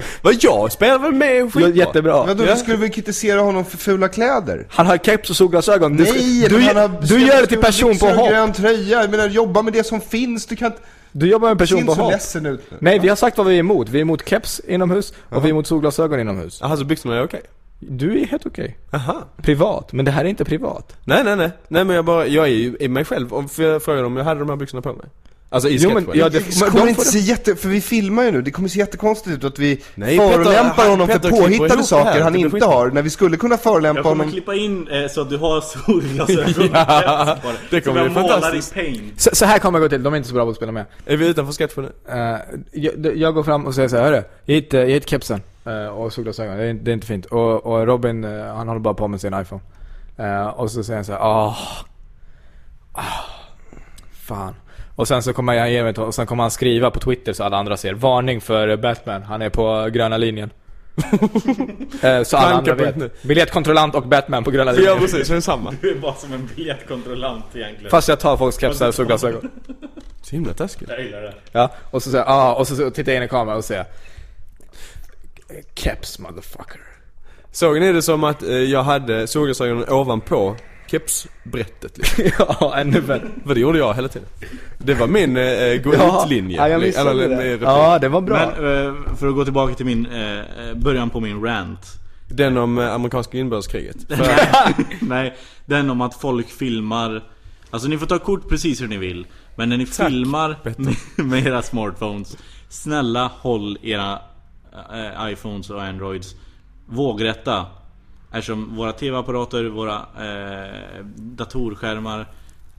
[laughs] Vad jag spelar väl med skitbra? J- Jättebra. Vadå, Ja. du skulle väl kritisera honom för fula kläder? Han har keps och solglasögon. Du, ska- Nej, du, men han har du gör det till person på byxor och hopp. grön tröja, jag menar jobba med det som finns, du kan inte... Du jobbar med Du person på ser så hopp. ledsen ut nu. Nej, vi har sagt vad vi är emot. Vi är emot keps inomhus och vi är emot solglasögon inomhus. Jaha, så byxorna är okej? Du är helt okej. Aha. Privat, men det här är inte privat. Nej, nej, nej. Nej men jag bara, jag är ju i mig själv. Om för jag frågade om jag hade de här byxorna på mig. Alltså i Jo, men- sketchen. ja, det, det- kommer men de inte får- se jätte... För vi filmar ju nu, det kommer se jättekonstigt ut att vi Nej, Petter, förolämpar han- honom Petter för klipper ihop det påhittade här. saker han Det blir inte skit. har. När vi skulle kunna förolämpa Jag kommer honom. klippa in eh, så att du har [laughs] [laughs] solglasögon Ja, det kommer bli fantastiskt. Så jag målar i paint. Så, så här kommer det gå till, de är inte så bra på att spela med. Är vi utanför sketchen nu? Eh, jag, jag går fram och säger så här, hörru, ge hit, eh, ge hit kepsen eh, och solglasögonen, det, är inte- det är inte fint. Och, och Robin, eh, han håller bara på med sin iPhone. Eh, och så säger han så här, ah, ah, fan. Och sen så kommer jag ge mig ett- och sen kommer han skriva på Twitter så alla andra ser, varning för Batman, han är på [laughs] gröna linjen. Eh, så alla andra Tanka.nu. vet. Biljettkontrollant och Batman på gröna Ja linjen. precis, det är samma. Du är bara som en biljettkontrollant egentligen. Fast jag tar folks kepsar och solglasögon. Så himla taskigt. Jag gillar det. Ja, och så säger ah, och så, så tittar jag in i kameran och säger Keps motherfucker. Såg ni det som att eh, jag hade solglasögonen ovanpå kepsbrettet [laughs] liksom? ja, ännu bättre. För det gjorde jag hela tiden. Det var min eh, gå ut-linje. ja, jag missade Eller, det. eh, replik. Ja, det var bra. Men eh, för att gå tillbaka till min, eh, eh, början på min rant. Den om eh, amerikanska [laughs] inbördeskriget. Nej, den om att folk filmar Alltså ni får ta kort precis hur ni vill Men när ni filmar med, [laughs] med era smartphones Snälla håll era eh, iPhones och Androids vågrätta Eftersom våra TV-apparater, våra eh, datorskärmar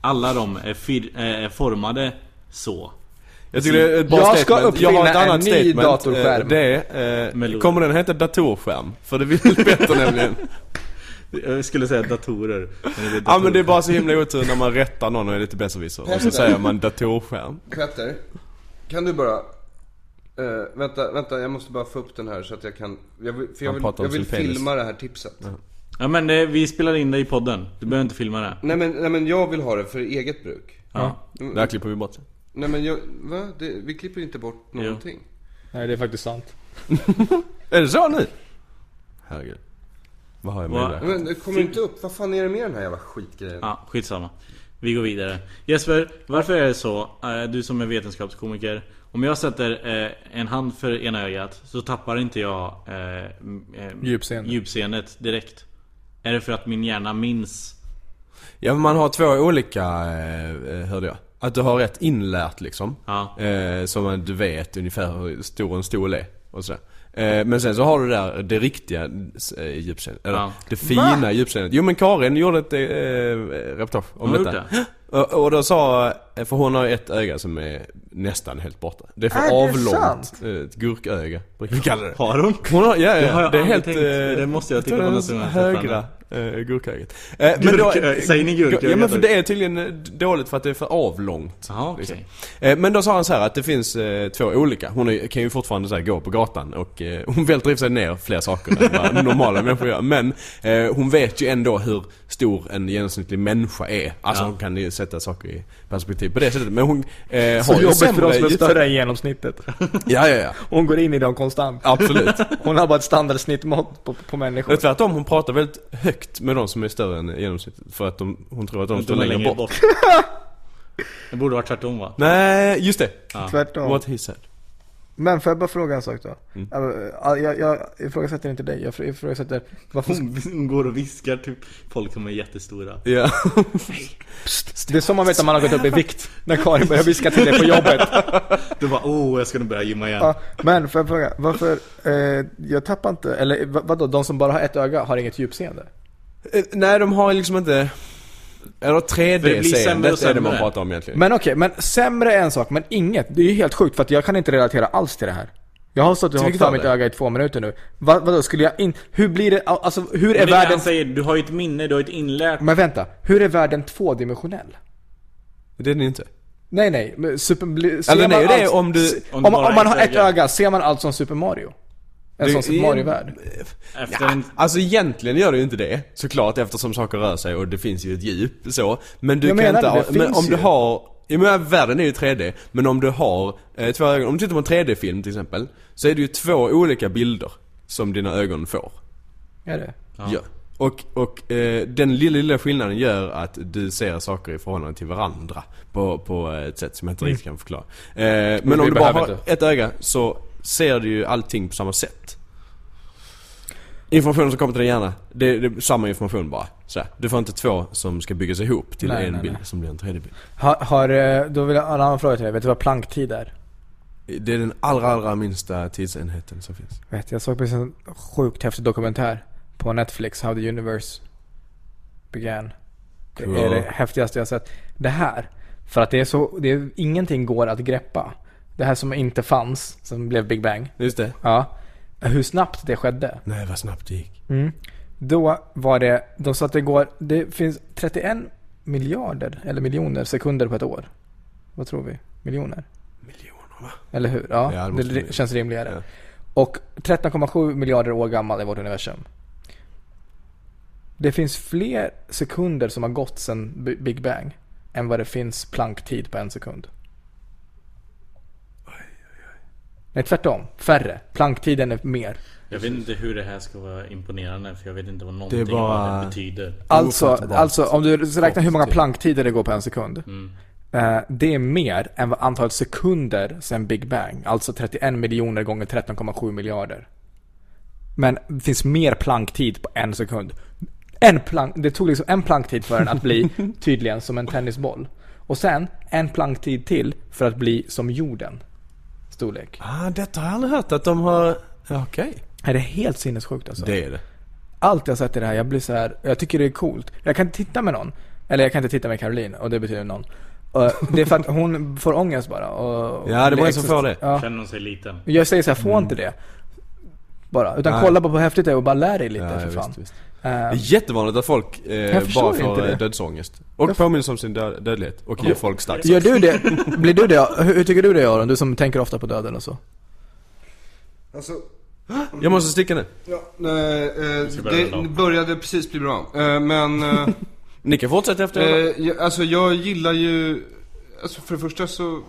Alla de är, fir- eh, är formade så Jag tycker det är ett bra Jag ska statement. Jag har ett uppfinna en annat ny statement. datorskärm. Eh, Det är, eh, Melod. kommer den heta datorskärm? För det vill [laughs] Petter nämligen. Jag skulle säga datorer men det är Ja men det datorskärmar. är bara så himla otur när man rättar någon och är lite besserwisser. Och så säger man datorskärm. Petter, kan du bara... eh, vänta, vänta, jag måste bara få upp den här så att jag kan... Jag vill, för jag Han vill, pratar om jag vill sin penis. filma det här tipset. Ja men eh, vi spelar in det i podden Du behöver inte filma det Nej, men, nej men jag vill ha det för eget bruk. Ja, Det här klipper vi bort. Nej men jag, va? Det, vi klipper inte bort någonting. Nej, det är faktiskt sant. Är det så nu? Herregud. Vad har jag med Va? det? Nej, men det kommer inte upp. Vad fan är det med den här jävla skitgrejen? Ja, skitsamma. Vi går vidare. Jesper, varför är det så? eh, Du som är vetenskapskomiker. Om jag sätter eh, en hand för ena ögat så tappar inte jag eh, m- eh, Djupseende. djupseendet direkt. Är det för att min hjärna minns? Ja men man har två olika, eh, eh, hörde jag. Att du har rätt inlärt liksom. Ja. Eh, som att du vet ungefär hur stor en stol är och sådär. Eh, men sen så har du där det riktiga eh, djupseendet. Eller Ja. det fina djupseendet. Jo men Karin gjorde ett eh, reportage om Har hon detta. gjort Och, och då sa, eh, för hon har ett öga som är nästan helt borta. Det är för avlångt. eh, Ett gurköga. [laughs] brukar vi kalla det. Har hon? Hon har, ja, Det har ja, jag det är aldrig helt... tänkt. eh, Det måste jag titta på tror nästa gång jag träffar Högra eh, gurkögat. Eh, men då- Gurköga. Säger ni gurköga Ja men för då? det är tydligen eh, dåligt för att det är för avlångt. Jaha, okej. Eh, men då sa han så här att det finns eh, två olika. Hon är, kan ju fortfarande så här, gå på gatan och eh, hon välter i och för sig ner fler saker [laughs] än vad normala människor gör. Men eh, hon vet ju ändå hur stor en genomsnittlig människa är. Alltså Ja. hon kan ju sätta saker i perspektiv på det sättet. Men hon eh, Så har ju jobbigt för sämre de som är ljus- större än genomsnittet. [laughs] Ja, ja, ja. Hon går in i dem konstant. Absolut. Hon har bara ett standardsnittmått på, på människor. Nej, tvärtom, hon pratar väldigt högt med de som är större än genomsnittet. För att de, hon tror att de står De är längre bort. Det borde vara tvärtom va? Nej, just det. Tvärtom. What he said. Men får jag bara fråga en sak då? Jag, jag, jag ifrågasätter inte dig, jag ifrågasätter varför Hon går och viskar typ folk som är jättestora. Ja. Det är som man vet att man har gått upp i vikt. När Karin börjar viska till dig på jobbet. Du bara åh, jag ska nog börja gymma igen. [laughs] Ja, men får jag fråga, varför, eh, jag tappar inte, eller va- vadå, de som bara har ett öga har inget djupseende? [laughs] Eh, Nej, de har liksom inte... Eller 3 För det d blir sämre och seendet är det man sämre. pratar om egentligen. Men okej, men sämre är en sak, men inget. Det är ju helt sjukt för att jag kan inte relatera alls till det här. Jag har stått och hållit vilket för av mitt det? öga i två minuter nu. Va, vadå, skulle jag in... Hur blir det, alltså hur Men är det är det världen... han säger, du har ju ett minne, du har ju ett inlärt... Men vänta, hur är världen tvådimensionell? Det är det inte. Nej nej, men super, bli- ser Eller nej, man det är allt- om du- se- om Om, du om, bara man har har ett ett öga. öga, ser man allt som Super Mario? En Det sån Super är- Eh, Mario-värld? Efter Ja, en... alltså egentligen gör det ju inte det. Såklart eftersom saker rör sig och det finns ju ett djup så. Men du Jag kan menar inte det, ha, det men finns om du ju. har jag menar, världen är ju 3D, men om du har eh, två ögon, om du tittar på en 3D-film till exempel, så är det ju två olika bilder som dina ögon får. Är det? Ja. Och, och eh, den lilla, lilla skillnaden gör att du ser saker i förhållande till varandra på, på ett sätt som jag inte Mm. riktigt kan förklara. Eh, men om vi du bara behöver har inte. ett öga så ser du ju allting på samma sätt. Informationen som kommer till din hjärna, det, det är samma information bara. Så här, du får inte två som ska byggas ihop till Nej, en nej, bild nej. som blir en tredje bild. Har, har, eh, då vill jag ha en annan fråga till dig. Vet du vad planktid är? Det är den allra, allra minsta tidsenheten som finns. Vet, jag såg precis en sjukt häftig dokumentär på Netflix, How the Universe Began. Det Cool. är det häftigaste jag sett. Det här, för att det är så, det är, ingenting går att greppa. Det här som inte fanns, som blev Big Bang. Just det. Ja. Hur snabbt det skedde. Nej vad snabbt det gick. Mm. Då var det, de sa att det går, det finns 31 miljarder eller miljoner sekunder på ett år. Vad tror vi? Miljoner? Miljoner va? Eller hur? Ja, Ja, det det, måste ri- bli. känns rimligare. Ja. Och 13,7 miljarder år gammal är vårt universum. Det finns fler sekunder som har gått sedan B- Big Bang än vad det finns planktid på en sekund. Nej, tvärtom. Färre. Planktiden är mer. Jag vet inte hur det här ska vara imponerande för jag vet inte vad någonting Det är bara- av det betyder. Alltså, Ofattbart. alltså om du räknar hur många Kort tid. planktider det går på en sekund. Mm. eh, Det är mer än vad antalet sekunder sedan Big Bang. Alltså 31 miljoner gånger 13,7 miljarder. Men det finns mer planktid på en sekund. En plank, det tog liksom en planktid för den att bli tydligen som en tennisboll. Och sen en planktid till för att bli som jorden. Storlek. Ah, detta har jag aldrig hört att de har... Ja, Okej. Är det helt sinnessjukt alltså? Det är det. Allt jag sett i det här, jag blir så här, jag tycker det är coolt. Jag kan inte titta med någon. Eller jag kan inte titta med Caroline och det betyder någon. [laughs] Och det är för att hon får ångest bara. Och Ja, det var en som exist- får det. Mm. Ja. Känner hon sig liten? Jag säger så här, få inte det. Bara. Utan Nej. kolla bara på hur häftigt det är och bara lär dig lite Ja, för visst, fan. visst. Eh, Det är jättevanligt att folk eh, förstår bara inte får det. eh, dödsångest. Och Jag- påminns om sin död, dödlighet. Och ger folk starkt Gör du det? Blir du det? Hur, hur tycker du det Aron? Du som tänker ofta på döden och så. Alltså, Jag måste sticka nu. ja, nej, eh, ska börja runda det av. började precis bli bra. Eh, [laughs] men, eh, Ni kan fortsätta efter det. eh, jag, alltså jag gillar ju, alltså för det första så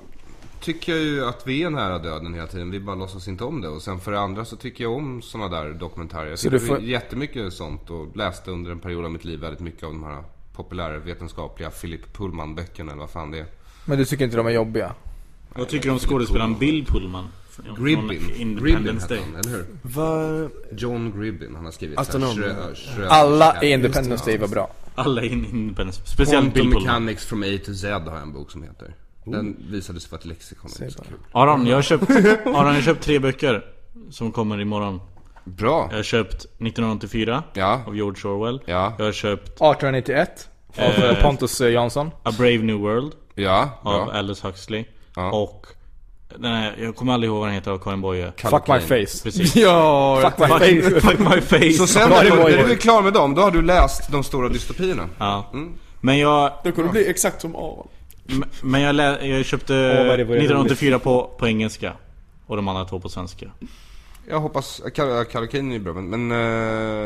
tycker jag ju att vi är nära döden hela tiden. Vi bara låtsas inte om det. Och sen för det andra så tycker jag om sådana där dokumentärer. Jag Så du tycker får- jättemycket sånt och läste under en period av mitt liv väldigt mycket av de här populärvetenskapliga Philip Pullman-böckerna eller vad fan det är. Men du tycker inte de är jobbiga? Vad tycker du om skådespelaren Bill Pullman? Från Gribbin. Gribbin Independence hette Day. han, eller hur? Vad... John Gribbin, han har skrivit Astronom. så här, Schrö- Schröders Alla i Atlas. Independence Day var bra. Alla in Independence. Speciellt Quantum Bill Pullman. Mechanics from A to Z har jag en bok som heter. Den visade sig vara ett lexikon. Det är så kul. Aron, jag har köpt, Aron, jag har köpt tre böcker. Som kommer imorgon. Bra! Jag har köpt 1984 Ja. av George Orwell. Ja. Jag har köpt 1891. Av eh, Pontus eh, Jansson. A Brave New World Ja, av bra. Aldous Huxley. Ja. Och den här, jag kommer aldrig ihåg vad den heter av Karin Boye. Fuck my face. [laughs] Precis. Ja, Fuck my Fuck, face. fuck [laughs] my face. Så sen Var när det du, var när det? du är klar med dem, då har du läst de stora dystopierna. Ja. Mm. Men jag, Då kommer det bli exakt som Aron. m- men jag, lä, jag köpte vad är det- vad är det 1984 på, på engelska. Och de andra två på svenska. Jag hoppas, eh, Karakini är bra men, men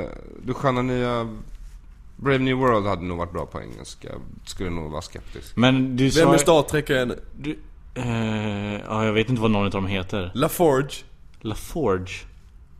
eh, du sköna nya Brave New World hade nog varit bra på engelska. Skulle nog vara skeptisk. Men du Vem sa... är Star Trek än? Du, eh, ja, jag vet inte vad någon av dem heter. LaForge. LaForge?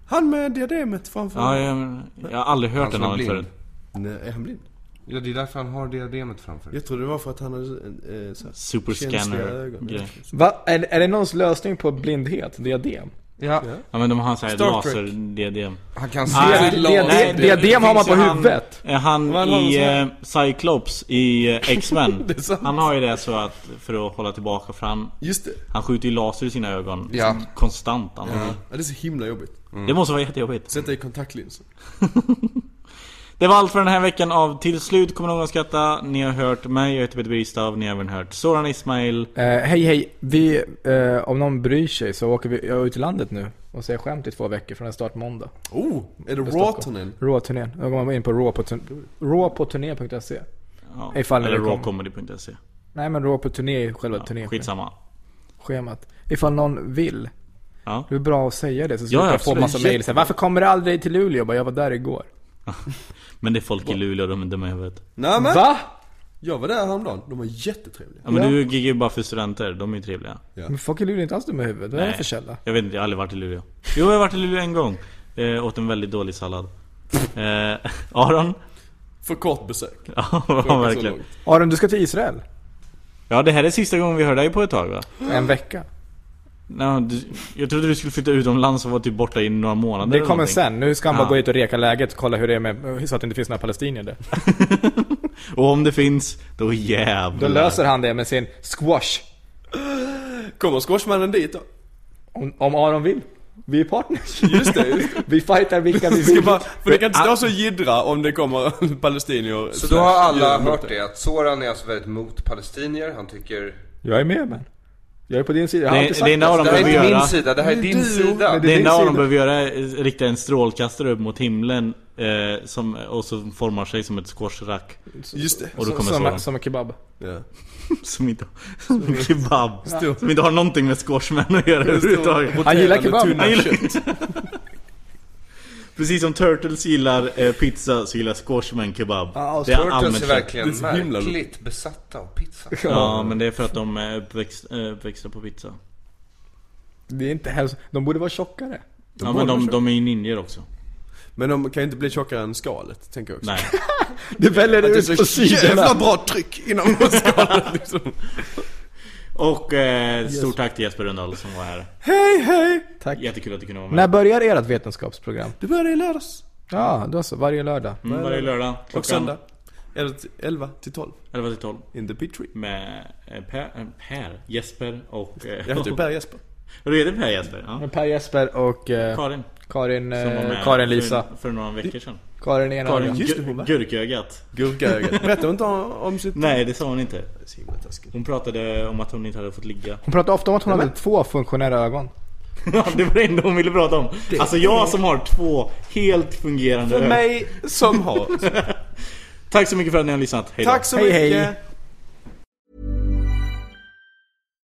Han med diademet framför. Ja, jag, jag har aldrig hört Han som den är namnet blind. förut. Nej, är han blind? Ja, det är därför han har diademet framför. Jag trodde det var för att han hade eh, så här, Superscanner. känsliga ögon. Grej. Va? Är, är det någons lösning på blindhet? Diadem? Ja, Ja men de har såhär Star Trek. laser-diadem. han kan se. Nej, Diadem- diadem- nej, det- diadem har man det på finns ju han- huvudet. Eh, Han Vad har de i så här? eh, Cyclops i eh, X-Men. [laughs] Det är sant. han har ju det så att för att hålla tillbaka för han, Just det. han skjuter ju laser i sina ögon. Ja. Konstant använder. Ja, det är så himla jobbigt. Det måste vara jättejobbigt. Sätta i kontaktlinsen. [laughs] Det var allt för den här veckan av Till slut kommer någon att skratta. Ni har hört mig, jag heter Peter Bristav. Ni har även hört Soran Ismail. Eh, hej hej, vi, eh, om någon bryr sig så åker vi jag är ut i landet nu och säger skämt i två veckor från en start måndag. Oh! Är det Stockholm. Rawtonen? Raw-turnén. Då går man in på raw på turn- raw på turné.se. Ja, Ifall eller det kommer. rawcomedy.se. Nej men raw på turné är själva E. Ja, turnéschemat. Skitsamma. Ifall någon vill. Ja. Det är bra att säga det så slipper Ja, jag få absolut. massa mejl såhär, Varför kommer du aldrig till Luleå? Jag bara, jag var där igår. [laughs] Men det är folk i Luleå, de är dumma i huvudet. Nej men! Va? Jag var där häromdagen. De var jättetrevliga. Ja, men Ja. du giggar ju bara för studenter, de är ju trevliga. Men folk i Luleå är inte alls dumma i huvudet. Vad är det för källa? Jag vet inte, jag har aldrig varit i Luleå. Jo, jag har varit i Luleå en gång. Eh, åt en väldigt dålig sallad. Eh, Aron? [laughs] För kort besök. Ja, verkligen. Aron, du ska till Israel? Ja, det här är sista gången vi hör dig på ett tag va? En vecka. No, du, jag trodde du skulle flytta utomlands och vara typ borta i några månader Det eller kommer någonting. sen. Nu ska han bara Ja. gå ut och reka läget och kolla hur det är med, så att det inte finns några palestinier där. Och om det finns, då jävlar. Då löser han det med sin squash. Kommer squashmannen dit då? Om, om Aron vill. Vi är [laughs] partners. Just det, just Vi fightar vilka vi det. Ska vill. bara, för det kan inte stå så jiddra om det kommer [laughs] palestinier Så då har alla hört det, att Soran är alltså väldigt mot palestinier, han tycker... Jag är med man. Jag är på din sida. Jag har Det, alltid sagt det enda Aron Det här är behöver inte min göra, sida, det här är din sida. men det enda din Aron sida. behöver göra är rikta en strålkastare upp mot himlen eh, som, och så formar sig som ett squashrack. Just det. Och då kommer som, Soran. som, som kebab. Ja. Som inte, som kebab. Som inte har någonting med squashman att göra överhuvudtaget. Han gillar Roterande kebab. tunna Han gillar kött. inte. [laughs] Precis som Turtles gillar eh, pizza så gillar squashman kebab. Ja, och Det är Turtles allmänt är känt. Det är verkligen så himla- märkligt besatta av pizza. Ja men det är för att de är uppväxt, eh, uppväxta på pizza. Det är inte hälso... De borde vara tjockare. Ja men de, de är ju ninjor också. Men de kan ju inte bli tjockare än skalet, tänker jag också. Nej. Det väljer Det ut är på så jävla sidorna. bra tryck inom [laughs] skalet liksom. Och eh, stort tack till Jesper Rundahl som var här. Tack. Jättekul att du kunde vara När med. börjar ert vetenskapsprogram? Det började i lördags. Ja, då så. Varje lördag. Mm, varje lördag Och klockan söndag. Eller till- 11 till 12. 11 till 12. In the big tree. Med eh, per, eh, per, Jesper och... eh, Jag [laughs] heter ju Per Jesper. Du heter Per Jesper? Ja. Per Jesper och eh, Karin. Karin, Som var eh, med Karin Lisa. För, för några veckor sedan. Karin ena Karin ögat. just det, hon var. Gur- Gurkögat. Gurkaögat. Berättar hon inte om, om sitt... Nej det sa hon inte. Så himla taskigt. Hon pratade om att hon inte hade fått ligga. [laughs] Hon pratar ofta om att hon hade två funktionella ögon. Ja, det var det enda hon ville prata om. Alltså jag som har två helt fungerande För ögon. mig som har. Tack så mycket för att ni har lyssnat. Hej då. Tack så Hej, mycket. hej.